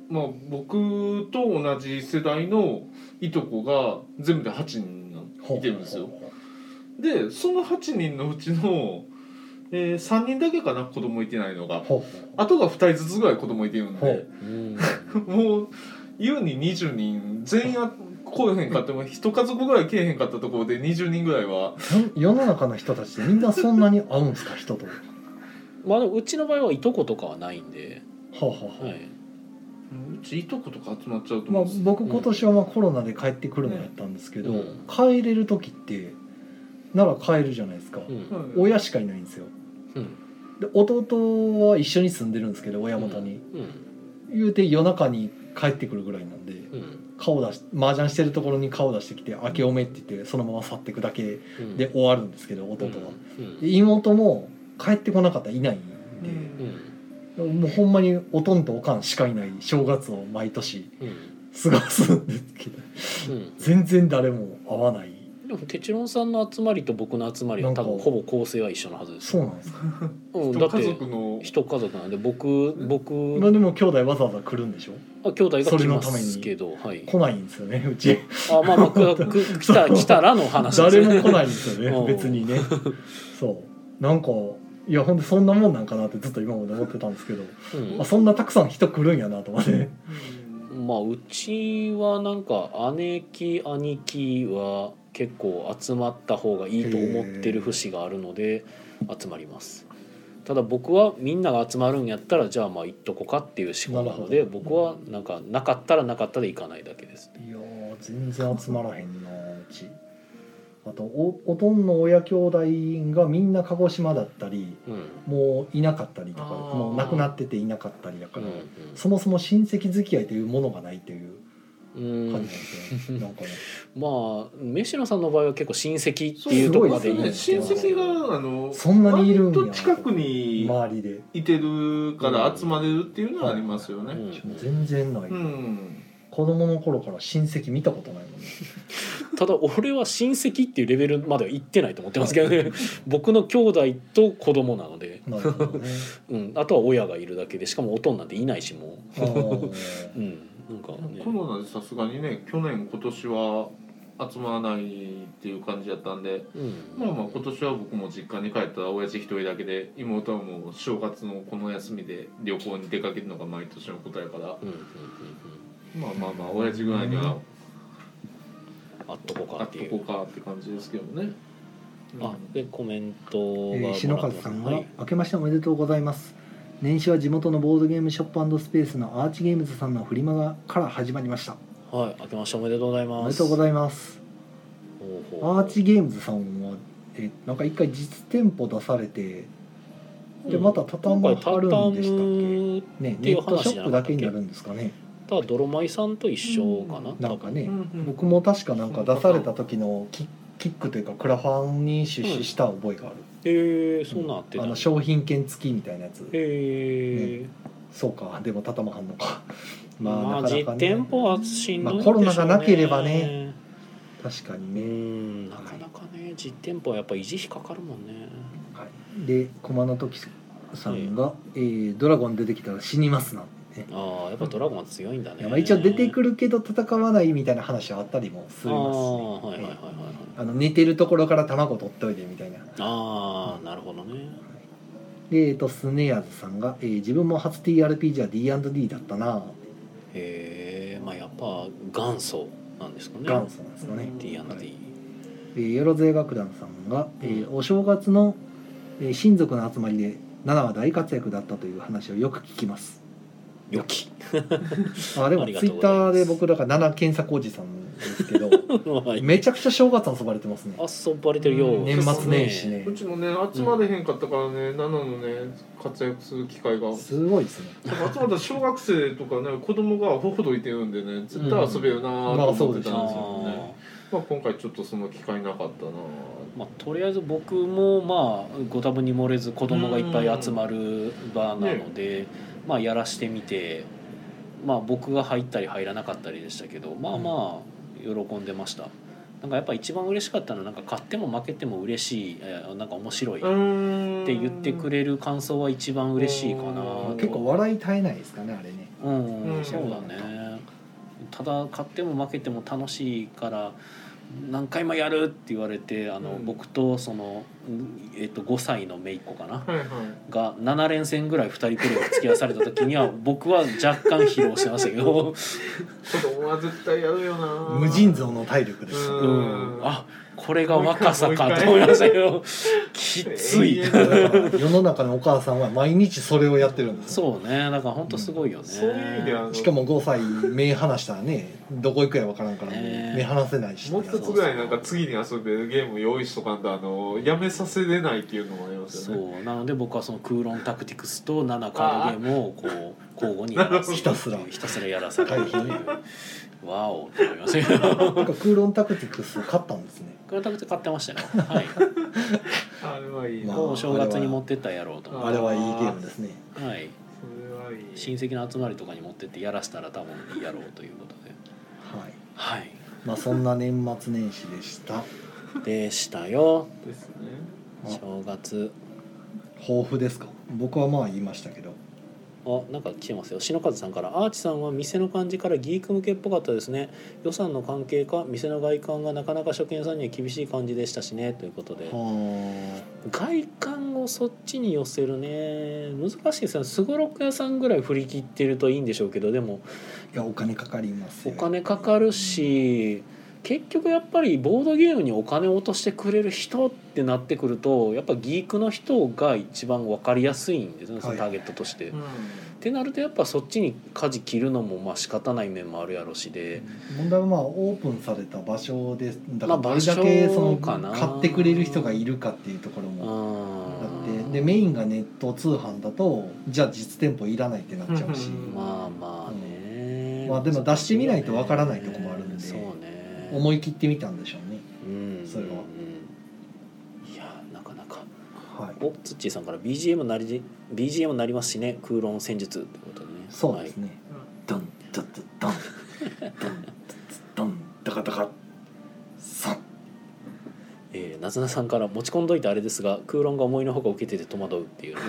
S3: まあ僕と同じ世代のいとこが全部で8人なん
S2: ほう
S3: いてるんです
S2: ほ
S3: よ
S2: うほう
S3: でその8人のうちの、えー、3人だけかな子供いてないのが
S2: ほうほ
S3: あとが2人ずつぐらい子供いてるんで
S1: うん
S3: もう優に20人全員あ来えへんかったも一家族ぐらい来えへんかったところで20人ぐらいは
S2: う世の中の人たちってみんなそんなに会うんですか人とは
S1: まあでもうちの場合はいとことかはないんで、
S2: あはあ
S1: は、
S2: はい
S3: うちいとことか集まっちゃうと
S2: ま
S3: 思
S2: あ
S3: うんです、、
S2: 僕今年はまあコロナで帰ってくるのやったんですけど、
S1: うん
S2: 帰れる時ってなら帰るじゃないですか、
S1: うん
S3: はい
S2: 親しかいないんですよ
S1: うん
S2: で弟は一緒に住んでるんですけど親元
S1: う
S2: に、
S1: ん
S2: 言うて夜中に帰ってくるぐらいなんで
S1: うん
S2: 顔出し麻雀してるところに顔出してきて「明けおめ」って言ってそのまま去ってくだけ
S1: うん、
S2: で終わるんですけど
S1: う
S2: 弟
S1: ん
S2: は、
S1: うん
S2: で妹も帰ってこなかったらいないん
S3: う
S2: で、
S1: うん
S3: ん
S2: もうほんまにおとんとおかんしかいない正月を毎年
S1: うん
S2: 過ごすんですけど
S1: うん
S2: 全然誰も会わない
S1: でもテチロンさんの集まりと僕の集まりは多分ほぼ構成は一緒のはずです、
S2: そうなんですか
S1: うん、だ
S3: 一
S1: っ
S3: 家
S1: て
S3: 族の
S1: 一家族なんで僕僕、
S2: まあでも兄弟わざわざ来るんでしょ
S1: あ、兄弟が来ますけど、はい、
S2: 来ないんですよねうち <laughs>
S1: あまあまあくく来た来たらの話です
S2: 誰
S1: ね
S2: も来ないんですよ
S1: うん
S2: ね別にねそうなんかいやほんとそんなもんなんかなってずっと今まで思ってたんですけど
S1: うん
S2: あそんなたくさん人来るんやなとかね
S3: うん
S1: まあうちはなんか姉貴兄貴は結構集まった方がいいと思ってる節があるので集まりますただ僕はみんなが集まるんやったらじゃあまあ行っとこかっていう思考なので
S2: なるほど
S1: 僕はなんかなかったらなかったで行かないだけですね
S2: いやー全然集まらへんなうちあとおおとんの親兄弟がみんな鹿児島だったり
S1: うん
S2: もういなかったりとか
S3: あー
S2: もう亡くなってていなかったりだから、
S1: う
S2: そもそも親戚付き合いというものがないというん
S1: うん、う
S2: 感
S1: ん
S2: じなんですよね、なんかね
S1: まあ飯野さんの場合は結構親戚って
S3: そう
S1: いうところ
S2: ご
S1: まで
S2: い
S1: いいん
S2: ね
S1: で
S3: ね
S1: す
S3: 親
S1: けど
S3: 戚があの
S2: そんなにいるんや
S3: 割と近くに
S2: 周りで、
S3: いてるから集まれるっていうのはありますよね
S1: うん
S2: 全然ない、
S3: うん
S2: 子供の頃から親戚見たことない
S3: <laughs>
S2: もんね
S1: ただ俺は親戚っていうレベルまでは行ってないと思ってますけど
S2: <laughs>
S1: ね僕の兄弟と子供なので、
S2: なるほどね
S1: うん、あとは親がいるだけでしかもおとんなんていないしも
S2: あー
S3: <laughs>
S1: う、うん、なんかね
S3: コロナでさすがにね去年今年は集まらないっていう感じやったんで
S1: うん
S3: まあまあ今年は僕も実家に帰ったら親父一人だけで妹はもう正月のこの休みで旅行に出かけるのが毎年のことやから
S1: うんうんうん
S3: まあまあまあ親父ぐらいには
S1: うんあっとこ
S3: あ
S1: かっ
S3: ってと
S1: い
S3: こ
S1: う
S3: うかって感じですけどね。うん
S1: あでコメント
S2: え
S1: は
S2: ー、篠和さんは、
S1: はい
S2: 明けましておめでとうございます年始は地元のボードゲームショップスペースのアーチゲームズさんのフリマがから始まりました
S1: はい、明けましておめでとうございます
S2: おめでとうございます
S1: ほう
S2: ア
S1: ほう
S2: ーチゲームズさんはえーなんか一回実店舗出されてで
S1: うん
S2: また畳む貼るんでしたっけ、
S1: 畳む
S2: ね
S1: てい
S2: ネ
S1: う
S2: ット
S1: 話
S2: シ
S1: じゃ
S2: ョップ
S1: なか
S2: だ
S1: ったっけ
S2: けになるんですかね
S1: ただ泥舞さんと一緒かな、
S2: なんかね、
S3: うんうん
S2: 僕も確かなんか出された時のキキックというかクラファンに出資した覚えがある、
S1: えー、そんなんあってた
S2: あ
S1: の
S2: の商品券付きみたいなやつ
S1: えー
S2: そうかでも畳まはんの <laughs> か
S1: ま
S2: まあ
S1: あ
S2: なかな
S1: 実
S2: かね
S1: 店舗はしんどいんでしょうね、
S2: まあコロナがなければね確か
S1: う
S2: にね、
S1: んなかなかね実店舗はやっぱ維持費かかるもんね
S2: はい、で駒の時さんが、えードラゴン出てきたら死にます」なんてね
S1: ああやっぱドラゴンは強いんだね、
S2: まあ、一応出てく
S1: る
S2: るけど戦わないみたいな話はあったりもす
S1: あ
S2: る
S1: あ
S2: ます
S1: ーはいはいはいは
S2: ね
S1: いはい
S2: あの寝てるところから卵取っておいでみたいな
S1: ああなるほどね
S2: で、えー、とスネアーズさんが、えー自分も初 TRPG は D&D だったな」
S1: へえまあやっぱ元祖なんですかね
S2: 元祖なんですかね、
S1: D&D、
S2: はいえーよろぜ楽団さんが、えーお正月の、えー親族の集まりで7は大活躍だったという話をよく聞きます
S1: 良き <laughs>
S2: あでも
S1: ありが
S2: ツ
S1: と
S2: イ
S1: うござい
S2: ッタ
S1: ま
S2: ー
S1: す
S2: で僕だから7検索おじさんですけど
S1: はい
S2: めちゃくちゃ正月遊ばれてますね
S1: 遊ばれてるようです
S2: 年末年始ね
S3: うちもね集まれへんかったからね、ナナのね活躍する機会が
S2: すごいですね
S3: 集まった小学生とかね子供がほほどいてるんでね絶対遊べるなーと思って
S1: あ
S3: たんですよね、
S1: ー
S3: まあ、今回ちょっとその機会なかったな
S1: まあ、とりあえず僕もまあご多分に漏れず子供がいっぱい集まる場なので、まあやらしてみてまあ僕が入ったり入らなかったりでしたけどまあまあ喜んでましたなんかやっぱ一番嬉しかったのはなんか勝っても負けても嬉しいえーなんか面白いっ
S3: ーん
S1: て言ってくれる感想は一番嬉しいかなと
S2: 結構笑い絶えないですかねあれね
S1: うん、
S3: うん
S1: そうだねただ勝っても負けても楽しいから何回もやるって言われてあの、
S3: うん
S1: 僕とその、うんえっと5歳の姪っ子かな
S3: はいはい
S1: が7連戦ぐらい2人プレーを付き合わされた時
S3: <laughs>
S1: には僕は若干疲労してましたけど、
S3: 子供は絶対やるよなー
S2: 無尽蔵の体力です、
S3: う
S1: うんん、あこれが若さかと思いましたけ
S3: <laughs>
S1: どきつい
S3: 永遠だ
S2: だから <laughs> 世の中のお母さんは毎日それをやってるんですよ
S1: そうねだから本当すごいよね、
S3: そういう意味ではあの
S2: しかも5歳目離したらねどこ行くやわからんから
S1: ね
S2: 目離せないし
S3: もう一つぐらいなんか次に遊べるゲーム用意しとかんとあのやめさせれないっていうのもあります
S1: そ
S3: よね
S1: うなので僕はそのクーロンタクティクスと7カードゲームをこう交 <laughs> 互にやらせる
S2: ひたすら
S1: ひたすらやらされるというわおって思いましたけど
S2: なんかクーロンタクティクス勝ったんですね
S1: クーロンタクティクス買ってましたねはい
S3: あれはいい
S2: ま
S3: な、
S2: あ
S1: お正月に持ってったやろうと
S2: あれはいいゲームですね
S1: はい
S3: それはいい
S1: 親戚の集まりとかに持ってってやらせたら多分いいやろうということで
S2: はい
S1: はい
S2: まあそんな年末年始でした
S1: でしたよ
S3: ですね
S1: 正月
S2: 豊富ですか僕はまあ言いましたけど
S1: あなんか来てますよ篠和さんから「アーチさんは店の感じからギーク向けっぽかったですね予算の関係か店の外観がなかなか初見さんには厳しい感じでしたしね」ということで
S2: は
S1: 外観をそっちに寄せるね難しいですよねすごろく屋さんぐらい振り切ってるといいんでしょうけどでも
S2: いやお金かかります
S1: お
S2: よ
S1: 金かかるし結局やっぱりボードゲームにお金を落としてくれる人ってなってくるとやっぱギークの人が一番分かりやすいんですねそのターゲットとして。
S3: うん
S1: ってなるとやっぱそっちに舵切るのもまあ仕方ない面もあるやろしで、
S2: 問題はまあオープンされた場所ですだから
S1: まあ
S2: どれだけその
S1: 場所かな
S2: 買ってくれる人がいるかっていうところ
S1: う
S2: もあ
S1: ん
S2: ってでメインがネット通販だとじゃあ実店舗いらないってなっちゃうし
S3: うん
S1: まあまあね、
S2: うんまあでも出してみないとわからないとこもあるんで
S1: そうね
S2: 思い切ってみたんでしょうね
S1: うん
S2: それは
S1: うんいやなかなか
S2: はい
S1: おつっちーさんから BGM なり BGM なりますしね空論戦術ってことでね
S2: そうですね、
S3: は
S2: ドンドンドンドンドンダカダカさん
S1: えー、なずなさんから持ち込んどいてあれですが空論が思いのほか受けてて戸惑うっていう
S2: <laughs>
S1: ね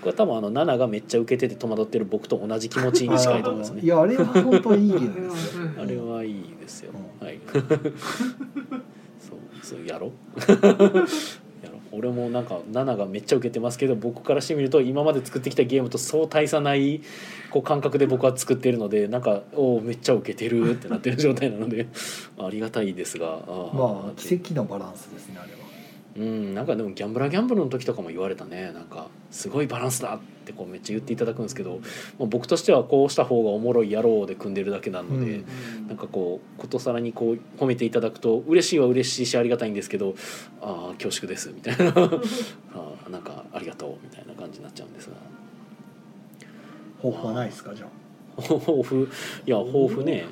S1: これ多分あの7がめっちゃ受けてて戸惑ってる僕と同じ気持ちに近いと思います
S2: い
S1: ね
S2: やあれは本当いいゲームですよ
S1: あれはいいですよ、はい <laughs> そうそう <laughs> やろやろ俺もなんか7がめっちゃ受けてますけど僕からしてみると今まで作ってきたゲームとそう大差ないこう感覚で僕は作ってるのでなんかおおめっちゃ受けてるってなってる状態なので <laughs> ありがたいですがあー
S2: まあ奇跡のバランスですねあれは
S1: うんなんかでもギャンブラーギャンブルの時とかも言われたねなんかすごいバランスだってこうめっちゃ言っていただくんですけど、まあ、僕としてはこうした方がおもろいやろうで組んでるだけなので、なんかこうことさらにこう褒めていただくと嬉しいは嬉しいしありがたいんですけどああ恐縮ですみたいな <laughs> あーなんかありがとうみたいな感じになっちゃうんですが
S2: 抱負はないですかじゃあ
S1: 抱負いや抱負ね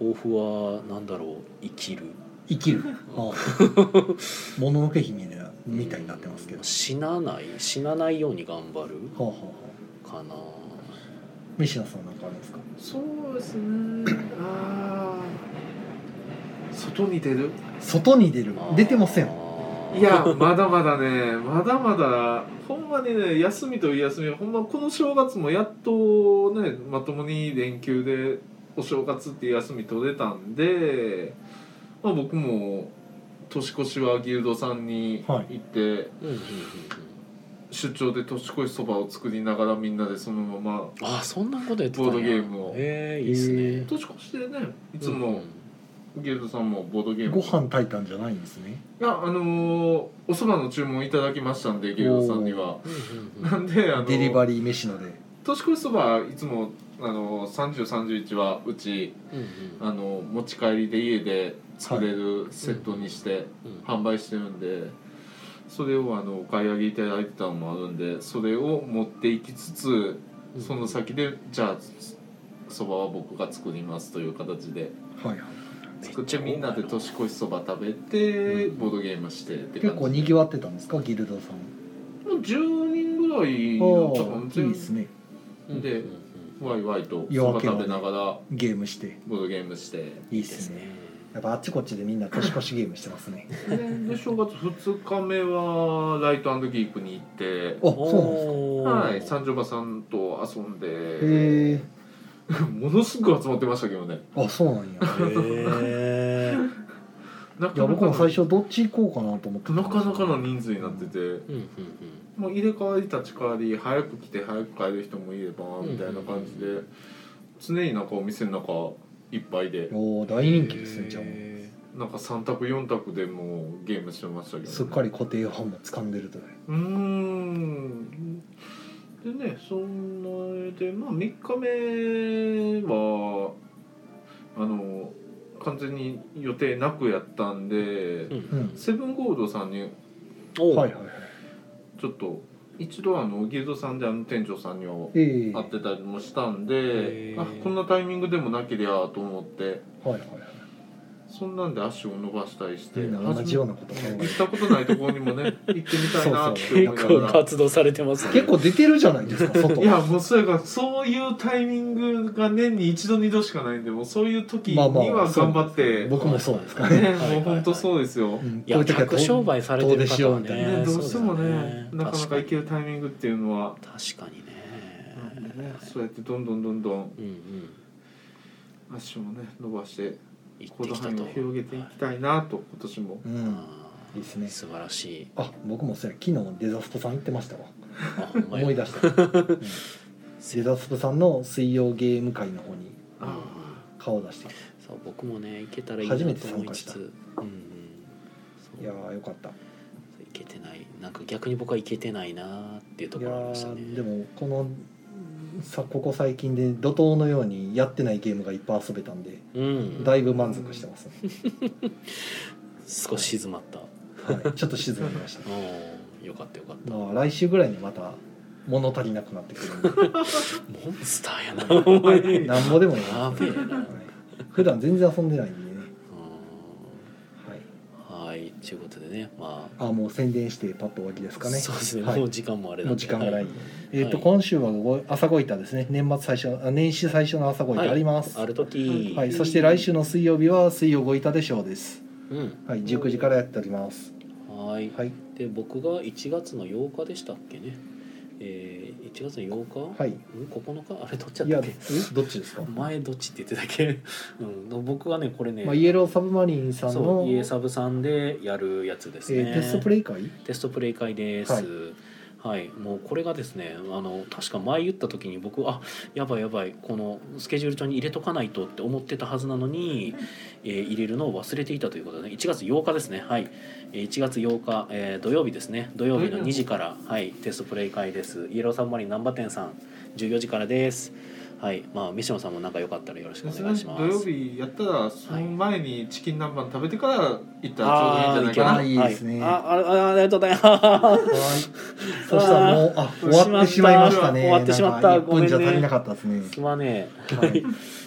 S3: 豊
S1: 抱負は何だろう生きる
S2: 生きる
S3: <laughs>
S2: ああもののけ姫みたいになってますけど、
S1: 死なない死なないように頑張る
S2: はあはあは
S1: かな
S2: あ飯野さんなんかあるんですか
S3: 富そうですねあー外に出る
S2: 外に出る出てません
S3: <laughs> い <laughs> やまだまだねまだまだほんまにね休みといい休みほんまこの正月もやっとねまともに連休でお正月っていう休み取れたんで、まあ、僕も年越しはギルドさんに行って、
S1: うんうんうんうん
S3: 出張で年越しそばを作りながらみんなでそのまま
S1: ああそんなことやってたんや
S3: ボードゲームを
S1: ええいいっす
S2: へ
S1: ね
S2: え
S3: 年越しでねいつもゲルドさんもボードゲーム
S2: ご飯炊いたんじゃないんですね
S3: いやあのーおそばの注文いただきましたんでゲルドさんには <laughs>
S1: うんうんうん
S3: なんであの
S2: デリバリー飯野で
S3: 年越しそばいつもあの3031はうち
S1: うん
S3: あの持ち帰りで家で作れるセットにして
S1: うん
S3: 販売してるんで、それをあのお買い上げいただいてたのもあるんでそれを持っていきつつ
S1: うん
S3: その先でじゃあそばは僕が作りますという形で
S2: はいはい
S3: 作ってみんなで年越しそば食べて
S1: うん
S3: ボードゲームしてって
S2: 結
S3: 感
S2: 構
S3: じ
S2: にぎわってたんですかギルドさん
S3: もう10人ぐらいだったか
S2: あ
S3: な
S2: あいいです
S3: 全
S2: ね
S1: うん
S3: で
S1: うんうん
S3: ワイワイと
S2: 夜明
S3: そば
S2: けま
S3: 食
S2: で
S3: べながら
S2: ゲームして
S3: ボードゲームして。
S2: いい
S1: い
S2: で
S1: いです
S2: すね
S1: ね
S2: やっぱあっちこっちでみんな年越しゲームして
S3: <laughs>
S2: ますね
S3: で正月2日目はライトギークに行って
S2: あそうなんですか
S3: は
S1: 三
S3: い、三条馬さんと遊んで
S2: へえ
S3: <laughs> ものすごく集まってましたけどね
S2: あそうなん
S3: <laughs>
S2: や
S1: へえ <laughs>
S3: なかな
S2: い
S3: かの
S2: や僕も最初どっち行こうかなと思ってたん
S3: な
S2: ですよ
S3: かなかの人数になってて、
S1: うんうん
S3: もう入れ替わり立ち替わり早く来て早く帰る人もいればみたいな感じで、
S1: うん
S3: 常になんかお店の中いっぱいで
S2: おお
S1: うん
S2: 大人気ですねじゃあもう
S1: へ
S3: なんか3択4択でもうゲームしてましたけどね、
S2: すっかり固定ファンも掴んでるという
S3: うーんでねそんなでまあ3日目はあの完全に予定なくやったんで、
S1: えうん
S2: うん
S3: セブンゴールドさんに
S1: おう
S2: はいはいはい
S3: ちょっと一度あのギルドさんであの店長さんには
S2: ええ
S3: 会ってたりもしたん
S1: へ
S3: で、
S1: ー
S3: あこんなタイミングでもなけりゃと思って
S2: はいはいはい
S3: そんなんで足を伸ばしたりして
S2: みんな同じようなこと考え
S3: 行
S2: て
S3: ったことないところにもね行ってみたいなって
S1: 結
S3: 思いなが
S1: 構
S3: ら。
S1: 活動されてますね
S2: 結構出てるじゃないですか外
S3: いやもうそれがそういうタイミングが年に一度二度しかないんでもうそういう時に
S2: まあ
S3: は
S2: まあ
S3: 頑張って、
S2: 僕もそうですからね、
S3: ね
S1: はい
S3: もう本当そうですよ、
S2: うん
S1: いや客商売されてる
S2: 遠出しよ
S1: 方
S2: う
S1: は
S2: みたいな
S1: ね
S3: ね、どうしても
S1: そ
S3: ね
S1: だね
S3: なかなか行ける
S1: 確
S3: タイミングっていうのは、
S1: かに確かに
S3: なんで
S1: ね
S3: ねそうやってどんどんどんどん
S1: うんうん
S3: 足もね伸ばして
S1: 行っ
S3: 行
S1: て
S3: 動
S1: きた
S3: 範囲
S1: と
S3: を広げていきたいなと今年も
S2: う
S1: うん
S2: ん
S1: あ
S2: いいですね
S1: ー素晴らしい
S2: あ僕もそうや昨日デザストさん行ってましたわ
S1: あほんまや
S2: 思い出 <laughs> した、うんデザストさんの水曜ゲーム会の方に
S3: あ
S2: 顔出してきて
S1: そう僕もね行けたらいいなと
S2: 初めて参
S1: 思い
S2: 加
S1: つ
S2: した
S1: つ、うんうん、そう
S2: いやーよかった
S1: 行けてないなんか逆に僕は行けてないなーっていうと
S2: い
S1: こ
S2: や
S1: ろありましたね
S2: ーでもこのさここ最近で怒涛のようにやってないゲームがいっぱい遊べたんで
S1: うん
S2: だいぶ満足してます、ね
S1: 少し静まった
S2: はい、ちょっと沈みました
S1: うんよかったよかった
S2: まあ来週ぐらいにまた物足りなくなってくるんで
S1: モンスター
S2: <laughs>
S1: やなお前 <laughs>
S3: はい
S1: うん
S2: なんぼでもいい
S1: やべえな
S2: はい普段全然遊んでないんでね、
S1: は
S2: はい、
S1: いということでねま
S2: あもう宣伝してパッと終わりです
S1: あ
S2: かね
S1: そうですね、
S2: はい
S1: もう時間もあれなんで
S2: もう時間がない
S1: は
S2: んで、えっと
S1: はい
S2: 今週はご朝ごいたですね年末最初のあ年始最初の朝ごいたあります、
S1: ある時、
S2: はい、そして来週の水曜日は水曜ごいたでしょうです。
S1: うん
S2: はい、19時からやっております。
S1: はい
S2: はい、
S1: で僕が1月の8日でしたっけねえー、1月の8日、
S2: はい、
S1: うん9日あれどっちだ
S2: い
S1: った
S2: や、
S1: っけ
S2: えどっちですか。
S1: 前どっちって言ってたっけ、 <laughs> うん、僕はねこれね、
S2: まあ、イエローサブマリンさん
S1: そ
S2: の
S1: う。イエサブさんでやるやつです
S2: え
S1: ね、
S2: ーテストプレイ会。
S1: テストプレイ会です。は
S2: はい
S1: いもうこれがですねあの確か前言った時に僕あやばいやばいこのスケジュール帳に入れとかないとって思ってたはずなのに、えー入れるのを忘れていたということで、ね、1月8日ですねはいえー1月8日、えー土曜日ですね土曜日の2時から、はい、テストプレイ会ですイエローサンマリン難波店さん14時からですはいまあ飯野さんもなんかよかったらよろしくお願いします
S3: 土曜日やったらその前にチキン南蛮食べてから行ったら
S1: あ
S3: ちょう
S1: ーい
S3: どいいんじ
S1: け
S3: ゃないか
S1: ま
S3: な
S2: あーいいですね
S1: あああありがとうございます
S2: はい。 <laughs> そしたらもう、あ、終わってしまいましたね。
S1: 終わってしまった
S2: なんか一
S1: ごめ
S2: 分
S1: ん
S2: じ
S1: ね
S2: ゃ足りなかったです
S1: <laughs>
S2: ね。
S1: すまねえ
S2: はい。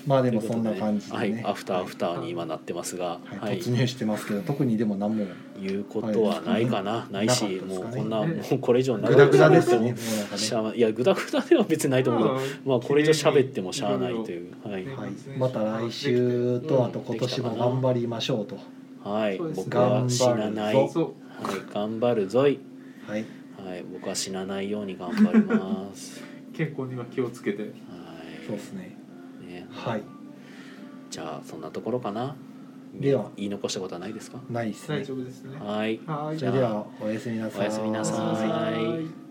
S2: まあ、でも、そんな感じで
S1: ということ
S2: ね。
S1: はい、アフターアフターに今なってますが、
S2: はい
S1: はい、
S2: 突入してますけど、特にでも、何も。
S1: いうことはないかな、
S2: い
S1: ないし、
S2: なかったです
S1: も
S2: か
S1: う
S2: ね
S1: こんな、もうこれ以上
S2: グダグダですね。もう
S1: ね。
S2: なんか
S1: し
S2: ね。
S1: ゃいやグダグダでは別にないと思うけど、まあこれ以上喋ってもしゃあないと
S3: う
S1: いう、はい、
S3: ね
S2: はい、また来週
S1: う
S2: と、
S1: ん
S2: あと今年も頑張りましょうと。
S1: はい、
S3: そうですね
S1: 僕は死なない、はい、
S3: そう
S1: 頑張るぞい、
S2: はい。
S1: はい、僕は死なないように頑張ります。
S3: 健康には気をつけて
S2: そう
S1: は
S2: ですね。
S1: い、ね、
S2: はい。
S1: じゃあそんなところかな。
S2: では
S1: 言い残したことはないですか？
S2: ないですね
S3: 大。丈夫ですね
S1: はい。
S3: はい
S2: それでは、おやすみなさい。
S1: おやすみな
S3: おやすみな
S1: さい
S3: さい